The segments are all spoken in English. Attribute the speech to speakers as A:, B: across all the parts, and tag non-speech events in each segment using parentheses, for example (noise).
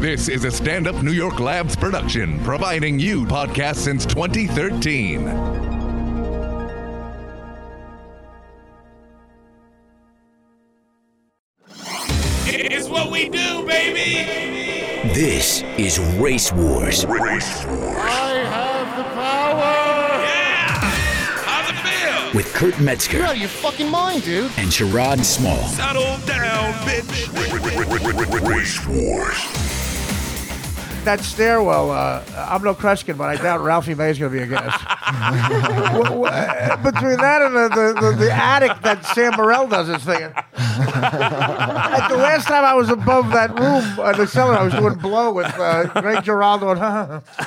A: This is a stand up New York Labs production, providing you podcasts since 2013.
B: It's what we do, baby.
C: This is Race Wars
B: Yeah. How's it feel?
C: with Kurt Metzger
D: out of your fucking mind, dude.
C: and Sherrod Small.
B: Settle down, bitch.
E: that stairwell, uh, I'm no Kreskin, but I doubt Ralphie May's going to be a
F: (laughs)
E: guest. Wha- wha- uh, between that and the, the, the, the attic that Sam Burrell does his thing
F: (laughs)
E: in. Like, the last time I was above that room, uh, the cellar, I was doing blow with uh, Greg Giraldo and (laughs)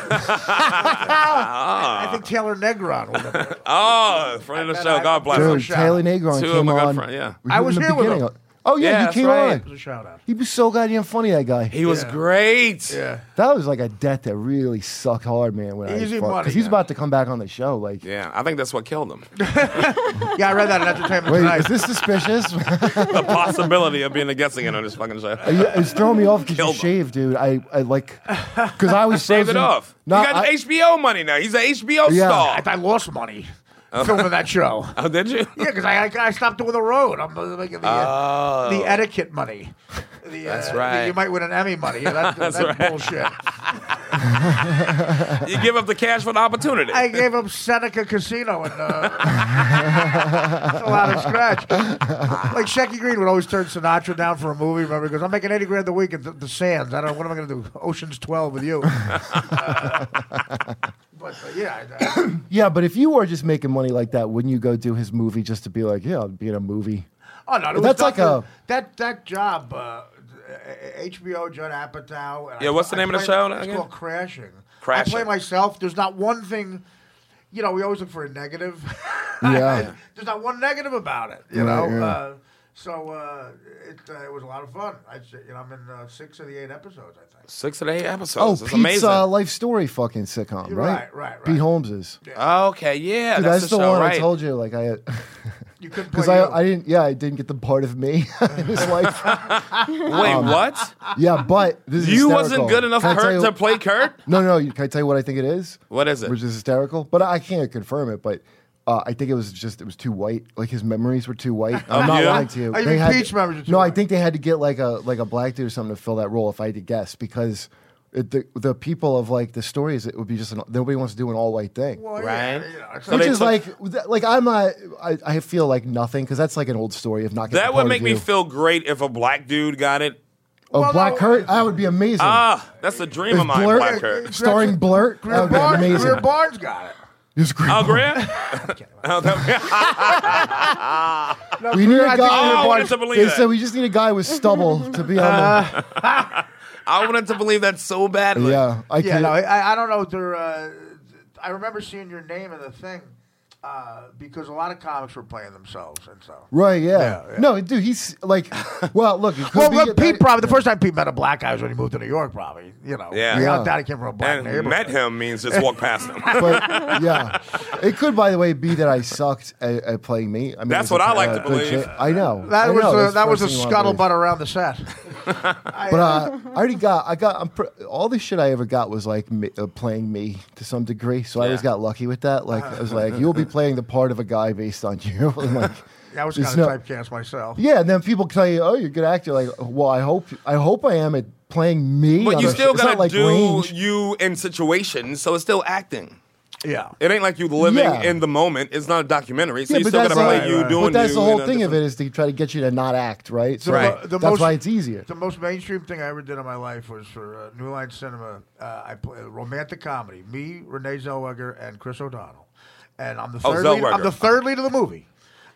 E: I think Taylor Negron. was up there.
B: (laughs) Oh, friend of the
E: I-
B: show.
E: I-
B: God bless
E: Dude.
B: him.
F: Dude, Taylor Negron
B: Oh, Two of
F: came
B: my good
F: on.
B: friend- yeah.
F: with
E: I
F: you
E: was
F: in the
E: here with
F: beginning.
E: him.
F: Oh yeah,
B: Yeah,
F: he
B: that's
F: came
B: right.
E: It was a
F: on.
E: shout out.
F: He was so goddamn funny. That guy.
B: He was great.
E: Yeah.
F: that was like a debt that really sucked hard, man. When
E: Easy
F: I fuck-
E: money,
F: he's
E: yeah.
F: about to come back on the show. Like,
B: Yeah, I think that's what killed him.
E: Yeah, I read that in Entertainment
F: wait,
E: Tonight.
F: is
B: (laughs)
F: this suspicious? (laughs)
B: The possibility of being a guessing in on this fucking show.
F: Yeah, it's throwing me off because
B: Killed
F: you
B: him.
F: shaved, dude. I,
B: (laughs)
F: I like because I was
B: Shaved it
F: frozen-
B: off.
F: No,
B: you got
F: I-
B: HBO money now. He's an HBO
F: Yeah.
B: star.
E: I lost money filming that show.
B: Oh, did you?
E: Yeah, because I, I I stopped doing the road. I'm uh, making the, uh, the etiquette money. The,
B: Oh. That's
E: uh, the-
B: right.
E: you might win an Emmy money.
B: (laughs)
E: Yeah, that, that's bullshit.
B: You give up the cash for the opportunity.
E: I gave up Seneca Casino and uh, (laughs) that's a lot of scratch. Like Shecky Green would always turn Sinatra down for a movie. Remember, because I'm making eighty grand a week at the, the Sands. I don't. What am I going to do? Ocean's Twelve with you. (laughs) Uh, but uh, yeah, I, I,
F: Yeah, but if you were just making money like that, wouldn't you go do his movie just to be like, yeah, I'll be in a movie?
E: Oh no, it was
F: That's like
E: nothing.
F: a-
E: that that job. Uh, uh, HBO, Judd Apatow. And
B: Yeah, what's the name of the show now
E: It's
B: again?
E: called Crashing. I play
B: Crashing.
E: myself. There's not one thing. You know, we always look for a negative.
F: (laughs) Yeah.
E: (laughs) There's not one negative about it. You
F: Right,
E: know.
F: yeah.
E: Uh, so uh, it uh, it was a lot of fun. I you know I'm in uh, six of the eight episodes. I think.
B: Six to eight
F: Oh,
B: episodes.
F: Pete's
B: it's amazing.
F: uh, life story fucking sitcom,
E: You're right,
F: right?
E: right, right.
F: Pete Holmes's.
B: okay, yeah.
F: Dude,
B: that's
F: that's
B: the
F: the
B: show,
F: one
B: right?
F: I told you. Like I,
E: You couldn't play.
F: because I,
E: you.
F: I didn't. Yeah, I didn't get the part of me (laughs)
B: (laughs)
F: in his life.
B: Wait, what?
F: yeah, but this is
B: You
F: hysterical.
B: wasn't good enough,
F: Can I tell
B: Kurt,
F: you-
B: to play Kurt?
F: No, no. you- Can I tell you what I think it is?
B: What is it?
F: Which is hysterical, but I can't confirm it. But uh, I think it was just it was too white. Like his memories were too white. I'm not
B: yeah?
F: lying to you.
E: Oh, you
F: They
E: think
F: had
E: Pete's
F: to-
E: memories were too
F: No, I
E: white?
F: think they had to get like a like a black dude or something to fill that role. If I had to guess, because it, the the people of like the stories, it would be just an, nobody wants to do an all white thing.
E: Well, yeah,
B: Right.
E: you know, it's
B: So
F: Which
B: they
F: is
B: took-
F: like, th- like I'm not. I, I feel like nothing because that's like an old story of not. getting
B: That
F: the
B: would
F: part
B: make
F: of
B: me
F: you.
B: feel great if a black dude got it.
F: Of
E: Well,
F: Oh, Black
E: no.
F: Kurt, that would be amazing.
B: Ah, that's a dream of
F: If
B: mine,
F: Blur-
B: Black Kurt.
F: (laughs) Starring Blurt, that
E: Greer
F: would be
E: Barnes, Greer
F: amazing.
E: Barnes got it.
F: It's great. (laughs)
B: Oh, Grant? Oh, that-
F: we need
E: I
F: a
E: think
F: guy.
B: Greer Oh, I wanted to believe Uh,
F: they
B: that.
F: said we just need a guy
E: (laughs)
F: with stubble to be on. the
B: (laughs) I wanted to believe that so badly.
F: yeah, I
E: Yeah,
F: can.
E: no, I, I don't know. if They're, uh, I remember seeing your name in the thing uh, because a lot of comics were playing themselves and so.
F: Right, yeah.
E: Yeah, yeah.
F: No, dude, he's
E: (laughs)
F: like, well, look, it could
E: Well,
F: be
E: look,
F: that-
E: Pete probably the first time Pete met a black guy was when he moved to New York. Probably, you know,
B: Yeah.
E: without
F: Yeah.
E: doubt he came from a black
B: And
E: neighborhood.
B: met him means just walk past
F: (laughs)
B: him. (laughs)
F: but yeah, it could, by the way, be that I sucked at, at playing me. I mean,
B: That's
F: it was
B: what I
F: a-
B: like
F: a
B: to
F: good
B: believe.
F: shit. I know
E: That
F: I
E: was
F: know,
E: a,
F: that's the
E: that was a
F: first thing you wanna
E: scuttlebutt
F: believe.
E: around the set. I,
F: But uh, I already got, I got, I'm pr- all the shit I ever got was like me, uh, playing me to some degree. So I always
B: Yeah.
F: got lucky with that. Like I was like, you'll
B: (laughs)
F: be playing the part of a guy based on you. (laughs) I'm like,
E: I was kind of
F: it's no-
E: typecast myself.
F: Yeah, and then people tell you, "Oh, you're a good actor." Like, well, I hope, I hope I am at playing me.
B: But
F: on
B: you
F: a sh-
B: still
F: it's not
B: gotta
F: like
B: do
F: range.
B: you in situations, so it's still acting.
E: Yeah,
B: It ain't like you living
F: Yeah.
B: in the moment. It's not a documentary, so
F: Yeah,
B: you
F: but
B: still gotta
F: that's
B: play
F: the-
B: you
E: right, right.
B: doing.
F: But that's
B: you
F: the
B: in
F: whole
B: a
F: thing of
B: different-
F: it is to try to get you to not act, right? So
B: Right.
F: that's
E: The most-
F: why it's easier.
E: The most mainstream thing I ever did in my life was for uh, New Line Cinema. Uh, I play romantic comedy. Me, Renee Zellweger, and Chris O'Donnell. And I'm the
B: Oh,
E: third. lead, I'm
B: Zellweger.
E: the third lead of the movie.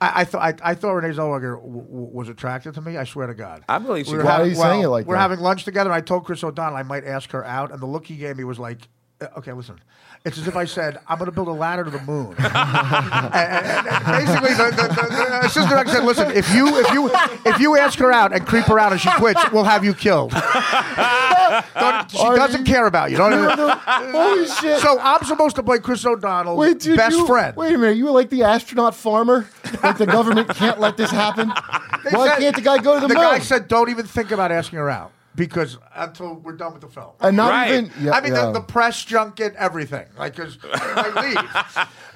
E: I, I thought I, I thought Renee Zellweger w- w- was attracted to me. I swear to God.
B: I believe she
E: were
B: was.
F: Why are
E: having-
F: you saying it like
E: we're
F: that?
E: having lunch together, and I told Chris O'Donnell I might ask her out, and the look he gave me was like. "Uh, Okay, listen. It's as if I said, I'm going to build a ladder to the
B: (laughs)
E: moon. and, and- and- and basically, the, the, the, the assistant director said, listen, if you, if, you, if you ask her out and creep her out and she quits, we'll have you killed. Don't- she
F: Are
E: doesn't
F: you-
E: care about you. Don't-
B: (laughs)
F: Holy shit!
E: so I'm supposed to play Chris O'Donnell,
F: wait, dude,
E: best
F: you-
E: friend.
F: Wait a minute, you were like the astronaut farmer. Like the government can't let this happen.
E: (laughs) They
F: Why
E: said-
F: can't the guy go to the,
E: The
F: moon?
E: guy said, don't even think about asking her out. because until we're done with the film.
F: And not
B: Right.
F: even. Yeah,
E: I mean,
F: yeah.
E: the, the press junket, everything. Like, because
F: (laughs)
E: leave.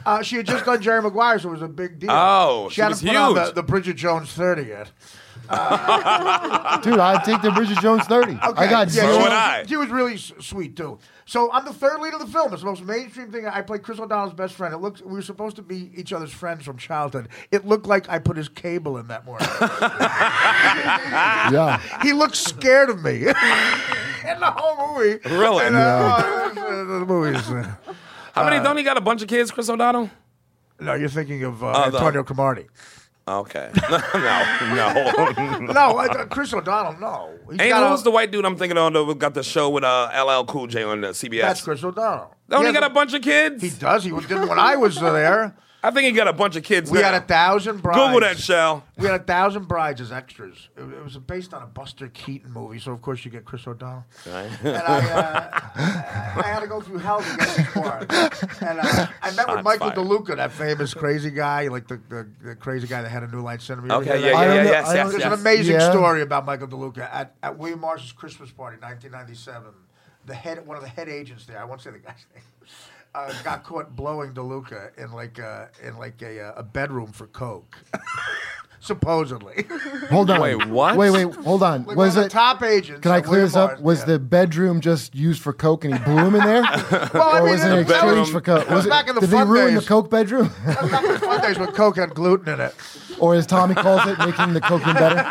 E: Uh, she had just done Jerry Maguire, so it was a big deal.
B: Oh, she was
E: hadn't put on the,
B: huge.
E: the Bridget Jones 30 yet.
F: dude, I'd take the Bridget Jones 30. I
E: yeah,
F: got zero.
E: she,
B: would I.
E: She was really s- sweet too. So I'm the third lead of the film. It's the most mainstream thing. I played Chris O'Donnell's best friend. It looks we were supposed to be each other's friends from childhood. It looked like I put his cable in
B: (laughs)
E: that morning.
F: Yeah.
E: he looked scared of me (laughs) in the whole movie.
B: Really?
E: And, uh, uh, (laughs) the movies. uh,
B: How many? Don't he got a bunch of kids, Chris O'Donnell?
E: No, you're thinking of uh,
B: Oh, the-
E: Antonio Cromartie.
B: Okay. (laughs) no, no.
E: No, uh, Chris O'Donnell. No, He's
B: Ain't
E: got a-
B: who's the white dude I'm thinking of that got the show with uh, LL Cool J on uh, CBS?
E: That's Chris O'Donnell.
B: Don't he
E: has
B: got
E: a-
B: a bunch of kids?
E: He does. He did when I was there.
B: I think he got a bunch of kids.
E: We
B: now.
E: had a thousand brides.
B: Google that, Shell.
E: We had a thousand brides as extras. It, it was based on a Buster Keaton movie, so of course you get Chris O'Donnell. And I, uh, (laughs) I- I had to go through hell to get this part. And uh, I met with
B: Shots
E: Michael
B: fired.
E: DeLuca, that famous crazy guy, like the, the, the crazy guy that had a New Line Cinema. You ever
B: Okay, yeah,
E: hear that?
F: I
B: yeah,
F: don't
B: yeah,
F: know-
B: yes,
F: I
B: yes,
F: don't-
E: There's
B: yes.
E: an amazing
F: Yeah.
E: story about Michael DeLuca at, at William Morris's Christmas party, 1997. The head, one of the head agents there, I won't say the guy's (laughs) name, uh, got caught blowing DeLuca in like a, in like a, uh, a bedroom for coke, (laughs) supposedly. (laughs)
F: Hold on.
B: Wait, what?
F: Wait, wait, hold on.
E: Like
F: was
E: one of
F: it?
E: the top agents?
F: Can I
E: at
F: clear this
E: William
F: up? Was
E: Morris, yeah.
F: the bedroom just used for coke and he blew him in
E: (laughs)
F: there?
E: well, I
F: or
E: mean,
F: was it an
E: that was-
F: exchange for coke?
E: that was
F: Was it,
E: back in the
F: did they
E: fun
F: ruin
E: days.
F: the coke bedroom? (laughs)
E: that was back in the fun days with coke had gluten in it.
F: or as Tommy calls it, making the coke
E: (laughs)
F: room better?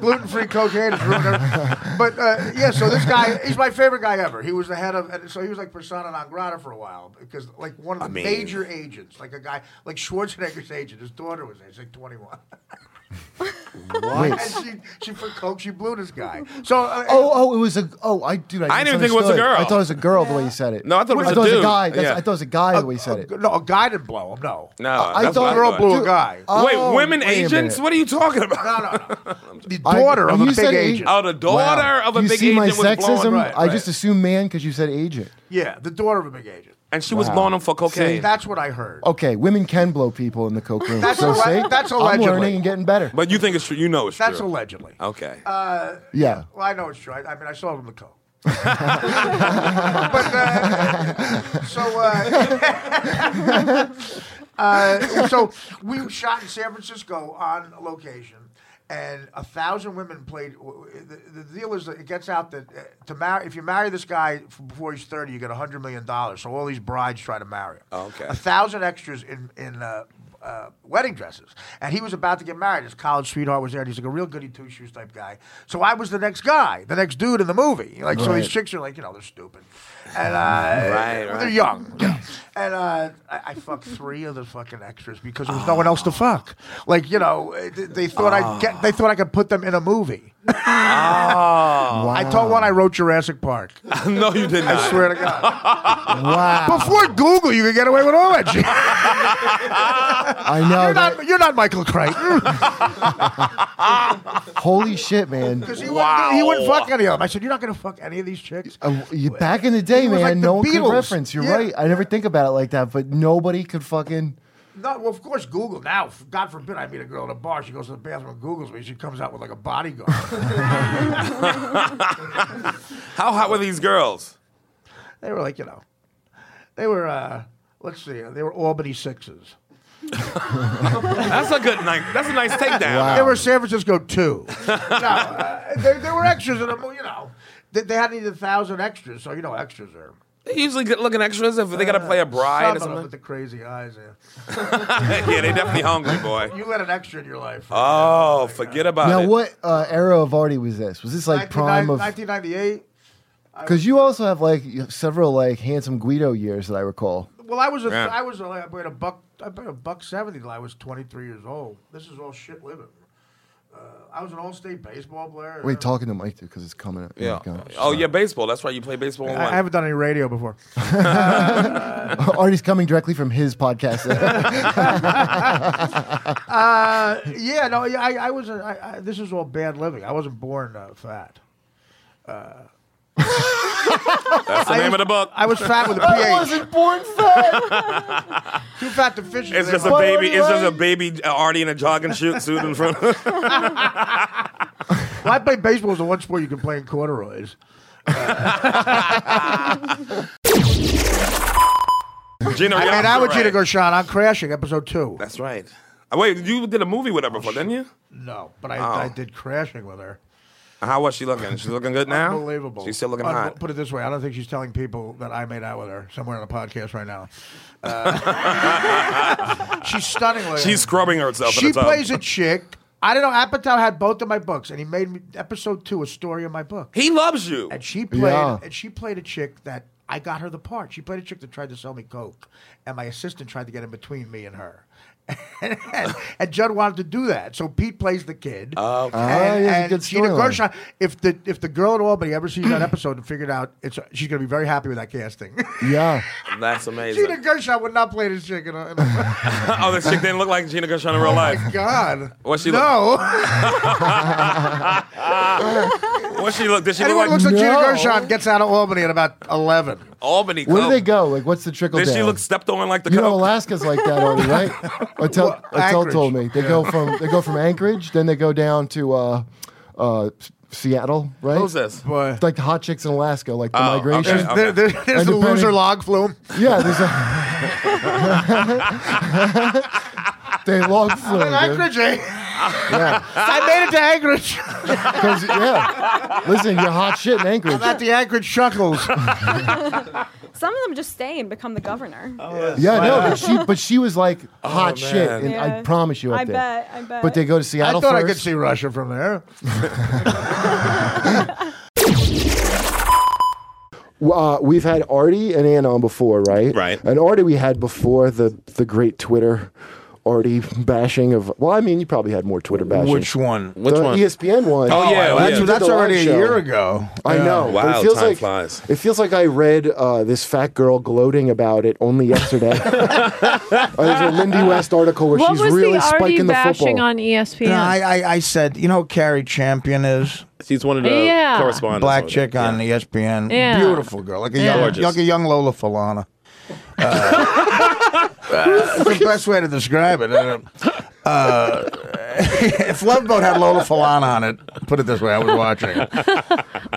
E: gluten free cocaine is ruined. everything. But uh, yeah, so this guy, he's my favorite guy ever. He was the head of, and so he was like persona non grata for a while because like one of the
B: I mean-
E: major agents, like a guy like Schwarzenegger's agent, his daughter was age like twenty one, (laughs)
F: Wait.
E: and she she for coke she blew this guy. So uh,
F: Oh, oh, it was a. Oh, I dude, I,
B: I didn't even think it was a
F: misunderstood.
B: girl.
F: I thought it was a girl the way you said it.
B: No, I thought it was a dude.
F: guy. That's,
B: Yeah.
F: I thought it was a guy the way you
E: a-
F: said it.
E: no, a guy didn't blow him. No,
B: (laughs) No,
F: I
B: that's
F: thought
B: what
E: girl blew a
F: Dude,
E: guy.
B: Wait,
F: Oh,
B: women
F: wait a
B: agents?
F: minute.
B: What are you talking
E: (laughs)
B: about?
E: Uh, no,
B: (laughs)
E: no, no. The
F: I-
E: daughter of
F: when
E: a
F: you
E: big
F: said age-
E: agent.
B: Oh, the daughter of a
F: you
B: big
F: see
B: agent
F: my
B: was
F: sexism?
B: blowing. Right,
F: I
B: right.
F: just assumed man because you said agent.
E: Yeah, the daughter of a big agent.
B: and she was blowing him for cocaine.
E: That's what I heard.
F: Okay, women can blow people in the coke room.
E: That's
F: so
E: alle-
F: see,
E: that's
F: I'm
E: allegedly.
F: learning and getting better.
B: but you think it's true? You know it's
E: That's Uh,
B: true.
E: allegedly.
B: okay.
F: yeah,
E: Well, I know it's true. I, I mean, I sold him the coke. (laughs) but uh, so uh, uh, (laughs) so we shot in San Francisco on location, and a thousand women played. The, the deal is that it gets out that uh, to marry if you marry this guy f- before he's thirty, you get a hundred million dollars. So all these brides try to marry him.
B: Okay.
E: a thousand extras in in. Uh, uh, wedding dresses, and he was about to get married. His college sweetheart was there, and he's like a real goody two shoes type guy. So I was the next guy, the next dude in the movie. Like, so these
F: Right.
E: chicks are like, you know, they're stupid, and
B: (laughs) Right,
E: uh, well,
B: right.
E: they're young. you know. And uh, I, I fucked three of the fucking extras because there was no one else to
B: Oh.
E: fuck. Like you know, eh, th- they thought I get, they thought I could put them in a movie.
B: Oh.
E: I told one I wrote Jurassic Park.
B: (laughs) no, you did
E: I
B: not.
E: swear
B: (laughs)
E: to God.
F: wow.
E: Before Google, you could get away with all that shit.
F: I know.
E: You're
F: that-
E: not, you're not Michael (laughs) Crichton.
F: holy shit, man.
E: Because he,
B: Wow.
E: wouldn't, he wouldn't fuck any of them. I said, you're not going to fuck any of these chicks?
F: Uh, you- back in the day,
E: He was
F: man,
E: like the
F: no one could
E: Beatles.
F: reference. You're
E: Yeah.
F: right. I never think about it like that, but nobody could fucking.
E: No, well, of course, Google now. f- God forbid I meet a girl at a bar. She goes to the bathroom and Googles me. She comes out with like a
F: (laughs)
E: bodyguard.
B: How hot were these girls?
E: they were like, you know, they were, uh, let's see, they were Albany Sixes.
B: That's a good night. That's a nice takedown.
E: They were San Francisco
F: (laughs)
E: two. no, uh, they, they were extras in a movie, you know. They, they had needed a thousand extras, so you know extras are.
B: They usually get looking extras if they got to play a bride or
E: Some of them with
B: something. (laughs)
E: the crazy eyes. Yeah.
B: yeah, they definitely hungry, boy.
E: You let an extra in your life.
B: Oh, forget about
F: Now,
B: it.
F: what uh, era of Artie was this? Was this like prime of?
E: 1998.
F: Because you also have like several like handsome Guido years that I recall.
E: Well, I was a,
B: Yeah.
E: I was a, I made a buck I made a buck seventy till I was twenty three years old. This is all shit living. Uh, I was an all state baseball player.
F: Wait, talking to Mike because it's coming up.
B: Yeah.
F: Oh my gosh.
B: Oh yeah, baseball. That's right. You play baseball.
E: I,
B: One.
E: I haven't done any radio before.
F: (laughs) Artie's coming directly from his podcast. (laughs)
E: Uh, yeah, no, yeah, I, I was. A, I, I, this is all bad living. I wasn't born uh, fat.
B: That's the name of the book.
E: I was fat
F: (laughs)
E: with a pH.
F: born fat.
E: Too fat to fish.
B: It's just a
F: Why
B: baby.
F: would you
B: It's just a
F: lie?
B: (laughs) baby Artie in a jogging shoot suit in front. of
E: Why I play baseball is the one sport you can play in corduroys.
B: Gina
E: I mean, I would you to
B: Rioffi,
E: go,
B: right?
E: Sean. I'm crashing. Episode two.
B: That's right. Uh, Wait, you did a movie with her before, didn't
E: Oh,
B: you?
E: No, but I,
B: Oh.
E: I did crashing with her.
B: How was she looking? She's looking good now.
E: Unbelievable.
B: She's still looking
E: Unbe-
B: hot.
E: Put it this way: I don't think she's telling people that I made out with her somewhere on the podcast right now.
B: (laughs)
E: Uh, she's stunning. looking.
B: She's scrubbing herself.
E: she
B: in the tub.
E: plays a chick. I don't know. Apatow had both of my books, and he made me, episode two a story of my book.
B: He loves you.
E: And she played.
F: Yeah.
E: And she played a chick that I got her the part. She played a chick that tried to sell me coke, and my assistant tried to get in between me and her. (laughs) and, and Judd wanted to do that, so Pete plays the kid. Oh,
F: Ah, yeah, it's a good
E: Gina
F: storyline.
E: Gershon. If the if the girl at Albany ever sees that episode and figured out, it's she's gonna be very happy with that casting. (laughs)
F: Yeah.
B: Oh, That's
E: Gina
B: amazing.
E: Gershon would not play this chick. In a, (laughs) in a,
B: oh, this chick didn't look like Gina Gershon in real life.
E: God,
B: What's she
E: no.
B: What she look? Did she
E: (laughs) Anyone
B: look like
E: who looks like Gina
F: No.
E: Gershon gets out of Albany at about eleven.
B: Albany?
F: Where do
B: Coke?
F: they go? Like, what's the trickle
B: Did
F: down?
B: she look stepped on like the
F: you
B: Coke?
F: know, Alaska's like that already,
B: (laughs)
F: right? Attell,
E: Well,
F: Attell
E: Anchorage.
F: told me they go from they go from Anchorage, then they go down to uh, uh, S- Seattle, right?
B: Who's this?
E: But
F: It's like the hot chicks in Alaska, like the
B: Oh,
F: migration.
B: okay.
E: there, there, there's
F: And
E: the
F: depending-
E: loser log flume.
F: Yeah, there's a. they log flew.
E: In Anchorage, eh?
G: (laughs)
F: Yeah,
E: I made it to Anchorage.
F: 'Cause- yeah. Listen, you're hot shit in Anchorage.
E: I'm at the Anchorage (laughs) Chuckles.
D: Some of them just stay and become the governor.
B: Oh.
F: Yeah, no, but she but she was like hot
B: man.
F: shit, and I
D: Yeah.
F: promise you, up
D: I
F: there.
D: bet. I bet.
F: But they go
E: I
F: to Seattle
E: thought I could
F: first.
E: see Russia from there.
F: uh, we've had Artie and Ann on before, right?
B: Right.
F: And Artie we had before the the great Twitter Artie bashing of. Well, I mean, you probably had more Twitter bashing.
G: Which one? Which
F: the E
G: one?
E: E
F: ESPN one.
B: Oh, yeah,
G: Wow,
B: well,
G: that's,
F: yeah.
G: that's
F: Did the
G: already a
F: live show.
G: year ago.
F: I know.
B: Wow,
F: but it feels
B: time
F: like
B: flies.
F: it feels like I read uh, this fat girl gloating about it only yesterday.
G: (laughs)
F: uh, there's a Lindy West article where
H: What
F: she's
H: was
F: really
H: the already
F: spiking the
H: bashing
F: football.
H: on E ESPN?
G: No, I, I, I said, you know who Carrie Champion is?
I: She's one of the
H: Yeah.
I: correspondents.
G: Black
I: over there.
G: chick on E ESPN.
H: Yeah.
G: Beautiful girl. Like a
H: Yeah.
G: young,
I: Gorgeous.
G: like a young Lola Falana. Uh, that's the best way to describe it. Uh, uh, (laughs) if Love Boat had Lola Falana on it, put it this way, I was watching it.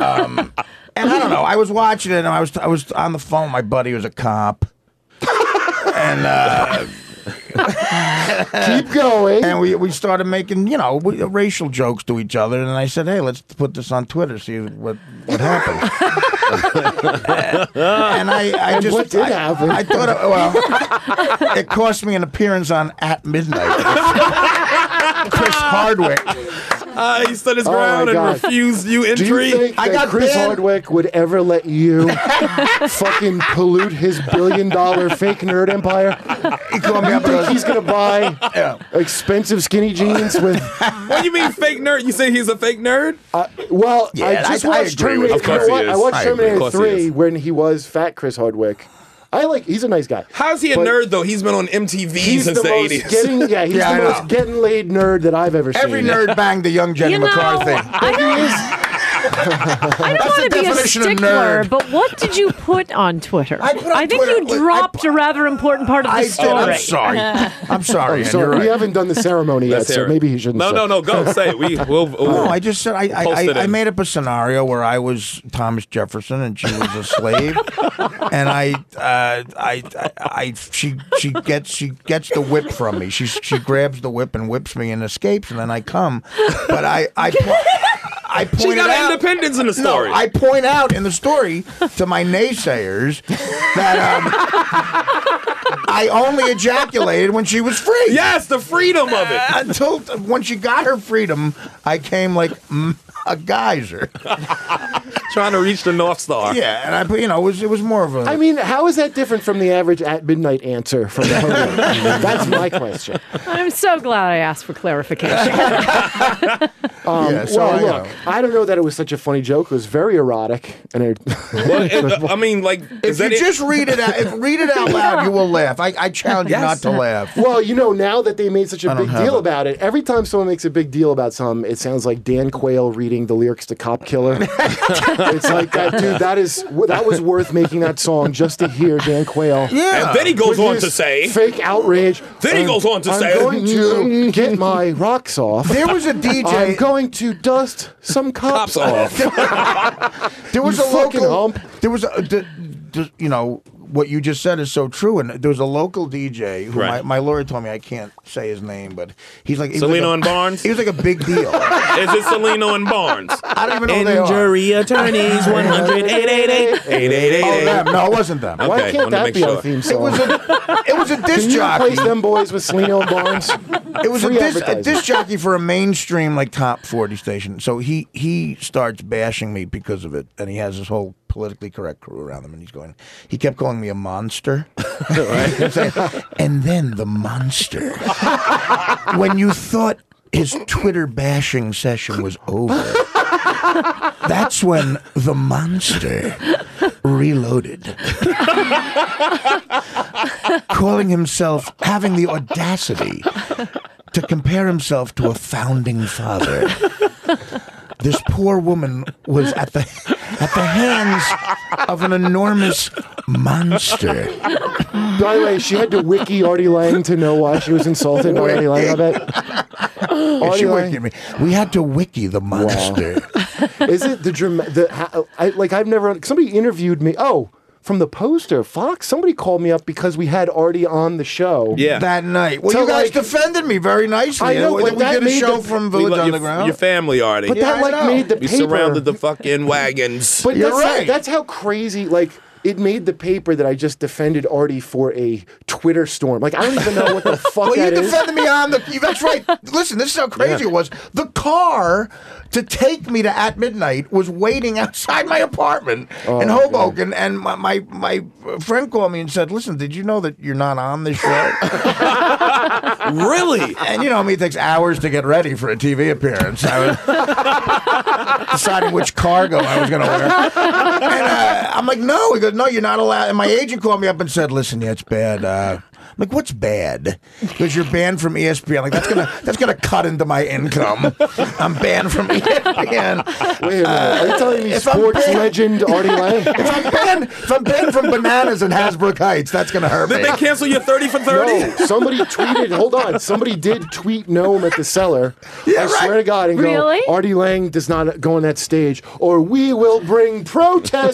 G: Um, and I don't know. I was watching it, and I was I was on the phone. with My buddy who's a cop, and uh,
F: Keep going.
G: and we, we started making you know we, racial jokes to each other and i said hey let's put this on twitter see what what happens (laughs) and i i just
F: what did
G: I,
F: happen?
G: i thought it, well it cost me an appearance on at midnight (laughs) chris hardwick
B: Uh, he stood his
F: Oh,
B: ground
F: my
B: and
F: God.
B: refused you
F: Do you
B: entry.
F: think
G: I
F: that
G: got
F: Chris
G: banned.
F: Hardwick would ever let you (laughs) fucking pollute his billion dollar fake nerd empire?
G: he called me
F: You
G: up and
F: think
G: goes,
F: he's gonna buy expensive skinny
G: (laughs)
F: jeans with?
B: what do you mean fake nerd? You say he's a fake nerd?
F: Uh, well,
G: Yeah,
F: I just
G: I- I
F: watched
G: agree with you.
F: Terminator. you
G: Of course
F: know
B: he
F: what? I
B: is.
F: watched
B: I agree. Of
F: Terminator
B: course he
F: Three
B: is.
F: when he was fat Chris Hardwick. I like. He's a nice guy.
B: How's he a
F: But
B: nerd though? He's been on MTV
F: He's
B: since
F: the
B: the
F: most
B: eighties.
F: getting. Yeah, he's
G: Yeah,
F: the
G: I
F: most
G: know.
F: getting laid nerd that I've ever seen.
G: every nerd banged the young jenny
H: you know,
G: mccarthy
H: I don't, I don't want
G: the
H: to be a
G: definition of
H: stickler,
G: nerd.
H: but what did you put on Twitter?
G: I put on
H: think
G: Twitter-
H: you dropped a rather important part of the
G: I did.
H: story.
G: i'm sorry i'm sorry
F: I'm
G: and
F: sorry,
G: you're right.
F: we haven't done the ceremony yet,
I: Let's hear
F: so
I: it.
F: maybe he shouldn't.
B: No,
F: say.
B: no, no.
F: (laughs)
B: Go say it. We will.
E: (laughs) Oh,
G: No, I just said I I,
I: Post it
G: I, I
I: in.
G: made up a scenario where I was Thomas Jefferson and she was a slave, and I, uh, I I I she she gets she gets the whip from me. She she grabs the whip and whips me and escapes, and then I come. But I I po- I
B: She
G: pointed
B: got
G: out
B: independence in the
G: no,
B: story.
G: I point out in the story to my naysayers that um, I only ejaculated when she was free.
B: yes, the freedom of it.
E: (laughs)
G: Until when she got her freedom, I came like mm, a
B: (laughs)
G: geyser.
B: Trying to reach the North Star.
G: Yeah, and I, but, you know, it was it was more of a.
F: I mean, how is that different from the average at midnight answer from the podium? That's my question.
H: I'm so glad I asked for clarification.
G: (laughs)
F: Um,
G: Yeah, so,
F: well,
G: you
F: look,
G: know.
F: I don't know that it was such a funny joke. It was very erotic, and it, (laughs)
B: Well, it- uh, I mean, like,
G: if
B: is
G: you
B: that it?
G: just read it out, if read it out loud, you will
E: laugh. I, I challenge you not
H: Yes.
E: to laugh.
F: Well, you know, now that they made such a
E: I don't
F: big
E: have
F: deal
E: it.
F: about it, every time someone makes a big deal about something, it sounds like Dan Quayle reading the lyrics to Cop Killer. it's like that, dude. That is that was worth making that song just to hear Dan Quayle.
E: Yeah.
B: And then he goes
F: with
B: on
F: his
B: to say, (laughs)
F: fake outrage.
B: Then he
F: I'm-
B: goes on to
F: I'm
B: say-
E: (laughs)
F: going to get my rocks off.
E: There was a DJ.
F: (laughs) I'm going to dust some cops, (laughs)
B: Cops off.
E: There was
F: You
E: a
F: fucking
E: local.
F: hump.
E: There was a, d- d- you know, what you just said is so true. And there was a local DJ who
B: Right.
E: my, my lawyer told me I can't say his name, but he's like he was
B: Celino
E: like a-
B: and Barnes?
E: He was like a big deal. I
B: Is it Celino and
F: (laughs)
B: Barnes?
E: don't even know who they are.
B: attorneys, 100
E: Oh, them. No, it wasn't them.
F: Why
B: Okay, wanted to
F: can't that
B: make
F: be
B: sure.
F: our theme song?
E: It was a, it was a disc
F: Can you
E: jockey.
F: replace them boys with Selena
E: (laughs)
F: and Barnes?
E: It was a
F: Free
E: disc, a
F: advertising.
E: disc jockey for a mainstream like top forty station. So he he starts bashing me because of it, and he has his whole politically correct crew around him, and he's going. He kept calling me a monster, (laughs)
F: (laughs)
E: and then the monster. when you thought his Twitter bashing session was over, that's when the monster reloaded.
F: (laughs)
E: Calling himself, having the audacity to compare himself to a founding father. This poor woman was at the at the hands of an enormous monster.
F: By the way, she had to wiki Artie Lang to know why she was insulted by Artie Lang. I bet. Artie
E: She
F: Lang.
E: wikied me. We had to wiki the monster.
F: Is it the drama? The how- I, like I've never. Somebody interviewed me. Oh, from the poster, Fox. Somebody called me up because we had Artie on the show.
B: Yeah.
E: That night. Well,
F: So,
E: you guys
F: like-
E: defended me very nicely.
F: I know,
E: we
F: but
E: we
F: that
E: did a
F: made
E: show
F: the-
E: from
B: We
E: Village
B: love your,
E: Underground.
B: your family, Artie.
F: But
E: Yeah, I
F: that like
E: know.
F: made the
B: we
F: paper.
B: surrounded the
F: (laughs)
B: fucking wagons.
F: But
E: You're
F: that's, how-
E: right.
F: that's how crazy, like, it made the paper that I just defended Artie for a Twitter storm. Like, I don't even know
E: (laughs)
F: what the fuck
E: well, you
F: that is.
E: defended me on the. you- That's
F: (laughs)
E: right. Listen, this is how crazy
F: Yeah.
E: it was. The car to take me to at midnight was waiting (laughs) outside my apartment in
F: Oh,
E: Hoboken, and my, my my friend called me and said, "Listen, did you know that you're not on the
F: (laughs)
E: show?"
B: (laughs) really?
E: and you know me, it takes hours to get ready for a TV appearance. I was deciding which cargo I was going to wear, and uh, I'm like, "No," he goes, "No, you're not allowed." And my agent called me up and said, "Listen, yeah, it's bad." Uh, I'm like, "What's bad?" Because you're banned from E ESPN. Like that's gonna that's gonna cut into my income. I'm banned from E ESPN.
F: Wait a minute. Are you telling me
E: If I'm
F: sports
E: big-
F: legend Artie Lang?
E: (laughs) If I'm banned, if I'm banned from bananas in Hasbrook Heights, that's gonna hurt
B: Did
E: me.
B: they
F: (laughs)
B: cancel your 30 for 30?
F: No, somebody tweeted. Hold on, somebody did tweet Gnome at
E: (laughs)
F: the cellar. I swear to God, and
H: Really?
F: go. Artie Lang does not go on that stage, or we will bring protest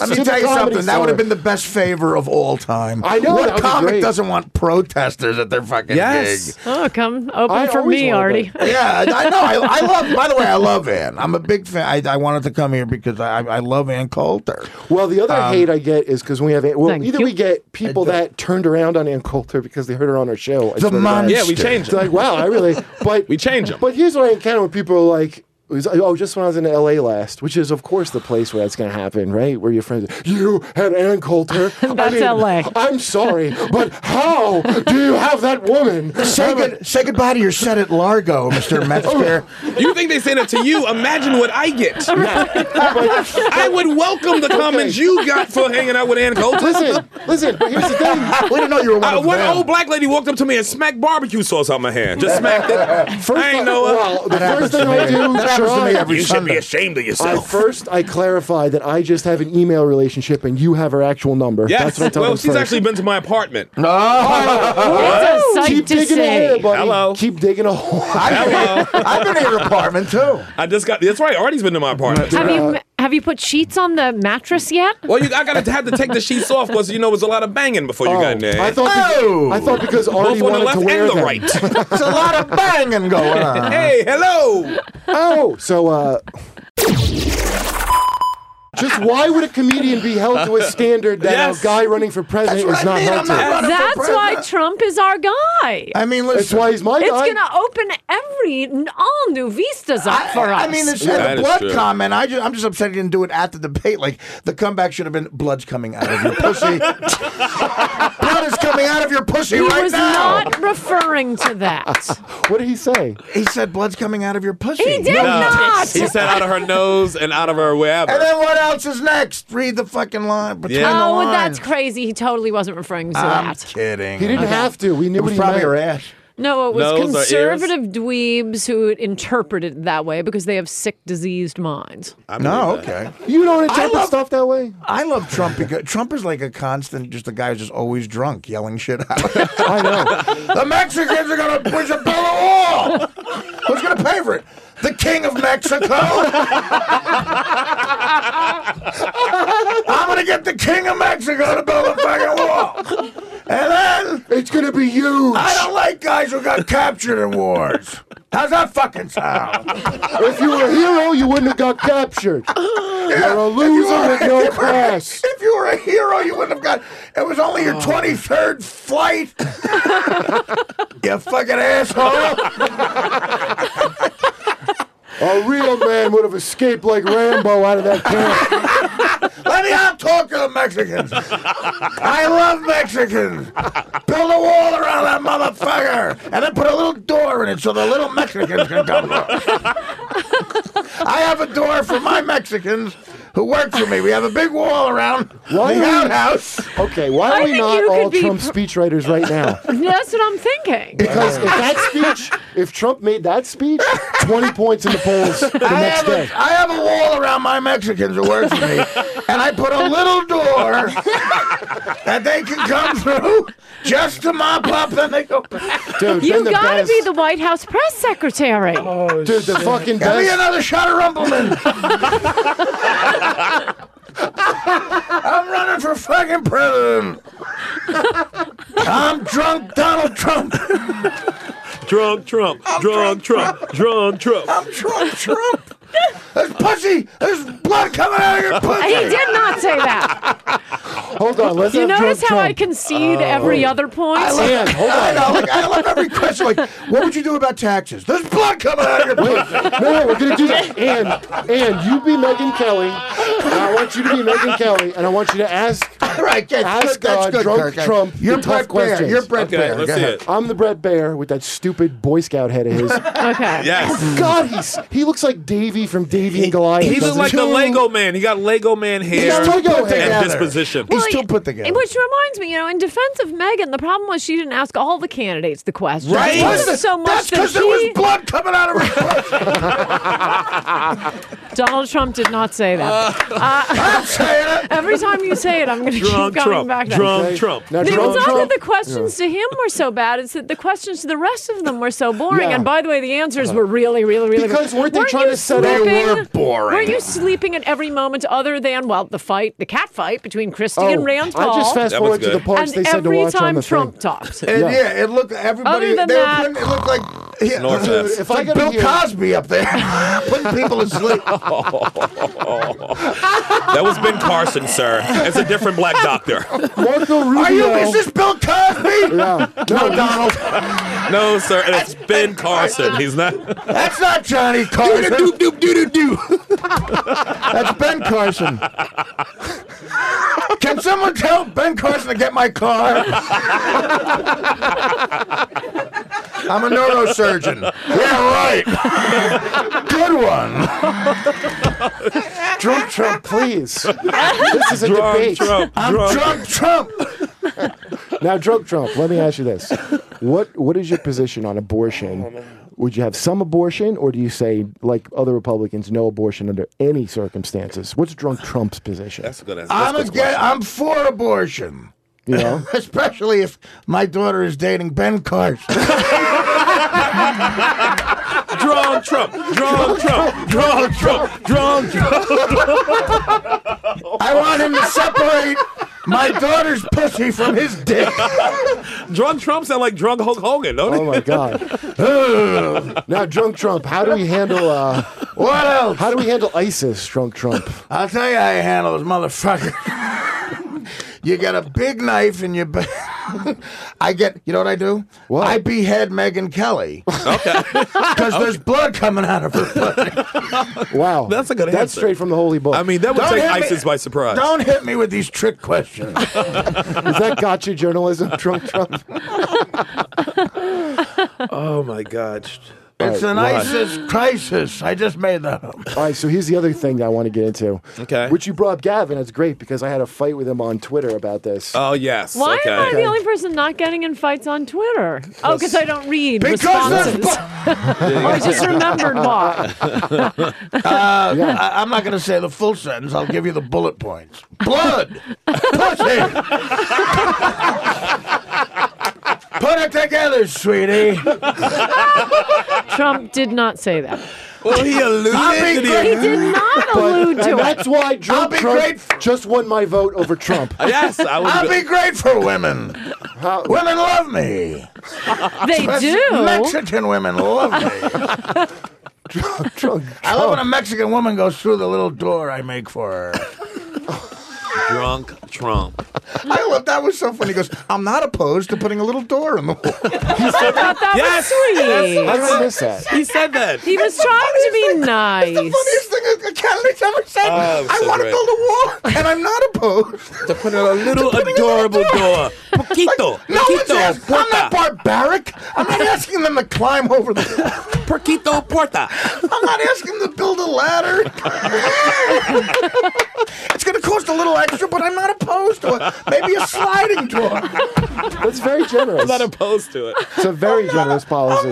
E: (laughs) Let me
F: to
E: tell
F: the
E: you
F: comedy
E: something. That would have been
F: Cellar.
E: the best favor of all time.
F: I know, that
E: What
F: would be
E: comic
F: great.
E: doesn't want protesters at their fucking
B: Yes.
E: gig?
H: Oh, come open
F: I
H: for
F: always
H: me,
F: wanted
H: Artie.
F: that.
E: Yeah, I, I know. I, I love. By the way, I love Ann. I'm a big fan. I, I wanted to come here because I, I love Ann Coulter.
F: Well, the other
E: Um,
F: hate I get is because we have well,
H: Thank
F: either
H: you.
F: we get people that turned around on Ann Coulter because they heard her on our show. I
E: The
F: swear to God.
E: monster.
B: Yeah, we changed
F: It's
B: it.
F: like, wow, I really. But
B: We change 'em.
F: But here's what I encounter when people are like, it was- oh, just when I was in L.A. last, which is of course the place where that's going to happen, right? Where your friends, you had Ann Coulter.
H: (laughs)
F: I
H: That's LA.
F: I'm sorry, but how do you have that woman?
E: Say, good, say goodbye to your set at
B: (laughs)
E: Largo, Mr. Metzger.
B: You think they sent it to you? Imagine what I
F: (laughs)
B: get. I would welcome the comments you got for hanging out with Ann Coulter.
F: Listen, listen. But here's the thing.
E: we didn't know you were one
B: Uh,
E: of
B: one (laughs)
E: them.
B: old black lady walked up to me and smacked barbecue sauce out my hand. Just smacked it. I ain't know her.
F: Well, the
E: That happens
F: first thing
E: to
F: I
E: me.
F: do,
E: That happens to me
F: Gerard,
E: every
B: You should be
E: Sunday.
B: ashamed of
F: I
B: yourself.
F: first I clarify that I just have an email relationship and you have her actual number.
B: Yes.
F: That's what I tell
B: well,
F: them
B: she's
F: first.
B: actually been to my apartment.
G: Oh,
H: It's a sight
F: Keep
H: to
F: digging ahead,
H: see.
F: buddy.
B: Hello.
F: Keep digging a hole.
E: (laughs) I've been, I've been in your apartment too.
B: I just got. That's right. Artie's been to my apartment.
H: Have
G: uh,
H: you have you put sheets on the mattress yet?
B: Well, you, I gotta had to take the sheets off because you know it was a lot of banging before you
F: Oh,
B: got in there.
F: I thought, beca-
E: Oh.
F: I thought because Artie
B: both on the
F: wanted
B: left
F: to wear
B: and the
F: them. (laughs) Uh-huh.
B: right.
E: There's a lot of banging going
B: (laughs)
E: on.
B: hey, hello.
F: Oh, so uh, just why would a comedian be held to a standard that
B: Yes.
F: a guy running for president
E: what I
F: is not
E: mean, I'm
F: held
E: not
F: to?
E: running-
H: That's why
E: president.
H: Trump is our guy.
E: I mean,
F: That's
E: listen.
F: why he's my
H: It's
F: guy.
H: going to open every all new vistas up
E: I,
H: for us.
E: I mean, the,
B: Yeah, that
E: the
B: is
E: blood
B: true.
E: comment. I just, I'm just upset he didn't do it at the debate. Like the comeback should have been blood's coming out of
H: (laughs)
E: your pussy. blood is coming out of your pussy
H: he
E: right
H: was
E: now.
H: not referring
E: (laughs)
H: to that.
F: what did he say?
E: he said blood's coming out of your pussy.
H: He did
B: No.
H: not.
B: He said out of her nose and out of her wherever.
E: And then what else else is next? Read the fucking line. Between
B: Yeah.
E: the
H: oh,
E: lines.
H: that's crazy. He totally wasn't referring to
E: I'm
H: that.
E: kidding.
F: He
B: Uh-huh.
F: didn't have to. We knew
E: It
F: what
E: was
F: he
E: probably
F: meant.
E: her ass.
H: No, it was
B: Nose or ears?
H: conservative dweebs who interpret it that way because they have sick, diseased minds.
B: I believe
E: No,
B: that.
E: okay.
F: You don't interpret
E: love-
F: stuff that way.
E: I love Trump because (laughs) Trump is like a constant, just a guy who's just always drunk, yelling shit out.
F: (laughs) I know.
E: The Mexicans are gonna push a bill of wall. Who's gonna pay for it? The King of Mexico. I'm gonna get the King of Mexico to build a fucking wall. And then
F: It's gonna be
B: (laughs)
F: huge.
E: I don't like guys who got captured in wars. How's that fucking sound?
F: If you were a hero, you wouldn't have got captured. You're a loser with no class.
E: If you were a hero, you wouldn't have got. It was only
F: Oh.
E: your twenty third flight. you fucking asshole.
F: A real man would have escaped like Rambo out of that camp.
E: Let me out talk to the Mexicans. I love Mexicans. Build a wall around that motherfucker, and then put a little door in it so the little Mexicans can come through. I have a door for my Mexicans who work for me. We have a big wall around
F: Why
E: the
F: are we-
E: outhouse.
F: Okay, why are
H: I
F: we
H: think
F: not
H: you could
F: all
H: be
F: Trump
H: pr-
F: speechwriters right now?
H: That's what I'm thinking.
F: Because if that speech, if Trump made that speech, 20 points in the polls the
E: I
F: next
E: have,
F: day.
E: a, I have a wall around my Mexicans who work for (laughs) me, and I put a little (laughs) door that they can come through just to mop up, then they go back.
F: Dude,
H: You've
F: been the
H: got to
F: best.
H: be the White House press secretary.
F: Dude, the
E: Give me
F: fucking best.
E: another shot of (laughs) Rumpleman. I'm running for fucking president. I'm drunk Donald Trump.
J: Drunk Trump. Drunk Trump. Drunk Trump.
E: I'm drunk Trump. There's pussy. There's blood coming out of your pussy.
H: He did not say
E: (laughs)
H: that.
F: Hold on, let's
H: You
F: have
H: notice
F: Trump
H: how I
F: Trump.
H: concede every other point?
E: Oh. I love,
F: Dan, hold
E: I
F: on. (laughs)
E: know, like, I love every question. Like, what would you do about taxes? There's blood coming out of your pussy.
F: No, no, we're gonna do that. And and you be Megan Kelly. And I want you to be Megan Kelly, and I want you to ask.
E: All (laughs) right, that's
F: Ask,
E: good. That's
F: uh,
E: good,
F: drunk
E: Kirk.
F: Trump
E: You're
F: the tough
E: Brett Bear.
F: questions.
E: You're Brett
B: Okay,
E: Bear.
B: let's
E: Go
B: see
E: ahead.
B: it.
F: I'm the Brett Bear with that stupid Boy Scout head of his. Oh,
H: Okay.
B: Yes.
F: God, he's he looks like Davy from Davy and Goliath.
B: He looked
F: doesn't
B: like
F: he?
B: the Lego man. He got Lego man hair
F: got Lego
B: and
F: hair.
B: disposition.
E: He's still put together.
H: Which reminds me, you know, in defense of Megan, the problem was she didn't ask all the candidates the question.
B: Right.
H: It wasn't so much
E: That's
H: that
E: because there was
H: he,
E: blood coming out of her
H: (laughs)
E: pussy.
H: Donald Trump did not say that.
F: Uh,
H: Uh,
E: I'm saying it.
H: (laughs) Every time you say it, I'm going to keep
J: Drunk
H: going
J: Trump.
H: back. to that.
J: Drunk Trump.
F: Now,
H: It
F: Donald
H: was not that
F: Trump-
H: the questions to him were so bad; it's that the questions to the rest of them were so boring.
F: Yeah.
H: And by the way, the answers were really, really, really.
F: Because
H: boring.
F: weren't they trying
H: you
F: to set up-
E: They were
H: sleeping-
E: boring.
H: Were you sleeping at every moment other than well, the fight, the cat fight between Christie
F: Oh,
H: and Rand Paul?
F: I just fast
B: That was
F: forward to
B: good.
F: the parts
H: and
F: they said to
H: every
F: watch on
H: time
F: the
H: Trump
F: (laughs) thing.
H: talked.
E: And
F: Yeah.
E: yeah. it looked everybody.
H: Other than
E: they
H: that-
E: were putting, it looked like yeah,
B: North F.
F: If
E: It's
F: I
E: like
F: gotta
E: Bill
F: hear-
E: Cosby up there (laughs) putting people to
F: (laughs)
E: sleep.
B: That was Ben Carson, sir. It's a different black doctor.
F: Marco Rubio.
E: Are you? Is this Bill Cosby?
F: Yeah. (laughs)
E: No, Donald.
B: No, sir. And it's Ben Carson. He's not.
E: That's not Johnny Carson. Doop, doop, doop, doop, (laughs) doop. That's Ben Carson. Can someone tell Ben Carson to get my car? I'm a neurosurgeon. Yeah, right. Good one.
F: Drunk Trump, please. this is a debate.
B: Trump.
E: I'm
B: drunk.
E: drunk Trump.
F: Now, drunk Trump, let me ask you this. What What is your position on abortion? Would you have some abortion, or do you say, like other Republicans, no abortion under any circumstances? What's drunk Trump's position?
B: That's a good answer.
E: I'm
B: That's a good
E: again. I'm for abortion.
F: You know,
E: Especially if my daughter is dating Ben Carson.
B: question. Drunk Trump. Drunk Trump. Drunk Trump. Drunk Trump.
E: I want him to separate my daughter's pussy from his dick.
B: Drunk Trump sound like drunk Hulk Hogan, don't
F: oh
B: it?
F: my God. now, drunk Trump, how do we handle? Uh,
E: What else?
F: how do we handle ISIS, drunk Trump?
E: I'll tell you how you handle this motherfucker. (laughs) you got a big knife in your back. (laughs) I get, you know what I do?
F: What?
E: I behead Megan Kelly.
F: (laughs)
E: Okay. Because there's blood coming out of her pussy.
F: Wow,
B: That's a good
F: That's
B: answer.
F: straight from the holy book.
B: I mean, that would
E: Don't
B: take
E: hit me-
B: ISIS by surprise.
E: Don't hit me with these trick questions.
F: is that gotcha journalism, drunk Trump?
B: Oh my God.
F: All
E: It's
F: right,
E: an
F: why?
E: ISIS crisis. I just made that up.
F: All right, so here's the other thing that I want to get into.
E: Okay.
F: Which you brought up, Gavin. It's great because I had a fight with him on Twitter about this.
B: Oh yes.
H: Why
B: okay.
H: am I the only person not getting in fights on Twitter? Oh, because I don't read
E: Because
H: responses.
E: there's
H: (laughs) Oh, I just remembered why.
E: Uh, I, I'm not going to say the full sentence. I'll give you the bullet points.
F: (laughs)
E: Blood, pussy. Put it together, sweetie.
H: Trump did not say that.
B: Well, he
E: I'll be
B: alluded to
H: He
B: the.
E: great.
H: did not
F: But-
H: allude to
F: and
H: it.
F: that's why
E: I'll
F: Trump,
E: be
F: Trump
E: grateful.
F: just won my vote over Trump.
B: Yes, I would.
E: I'll be great for women. Women love me.
H: They do.
E: Mexican women love
H: (laughs)
E: me.
F: Trump,
E: I love when a Mexican woman goes through the little door I make for her.
K: Drunk Trump.
E: (laughs) I love that was so funny. He goes, I'm not opposed to putting a little door in the wall.
H: I thought that
B: Yes.
H: was
F: how
H: sweet.
F: did I miss that?
B: He said that.
H: He was trying to be
E: That's the
H: nice.
E: funniest thing a- a candidate's ever said.
B: Oh,
E: I
B: so
E: want
B: great.
E: to build a wall, and I'm not opposed.
B: to put in a little adorable (laughs) door. Poquito.
E: No one's
B: Poquito.
E: asked. I'm not
B: Porta.
E: barbaric. I'm not asking them to climb over (laughs) the.
B: Poquito Porta.
E: I'm not asking them to build a ladder. (laughs) it's going to cost a little extra, but I'm not opposed to it. Maybe a sliding door.
F: That's very generous.
B: Not opposed to it.
F: It's a very generous policy.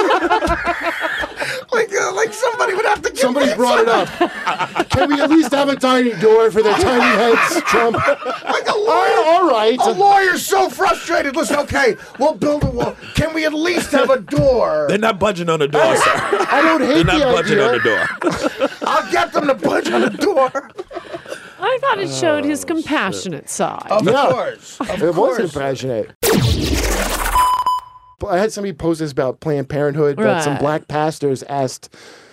E: (laughs) Like, uh, like somebody would have to. Give
F: Somebody
E: me
F: brought it up. Can we at least have a tiny door for their tiny heads, Trump?
E: Like a lawyer.
F: All right.
E: A lawyer's so frustrated. Listen, okay, we'll build a wall. Can we at least have a door?
B: They're not budging on the (laughs) door, sir.
F: I don't
B: They're
F: hate the
B: not budging on the
F: idea.
B: door.
E: I'll get them to punch on the door.
H: I thought it showed his compassionate side.
E: Of
F: Yeah.
E: course. Of
F: It was
E: course.
F: compassionate. I had somebody post this about Planned Parenthood that some
H: Right.
F: black pastors asked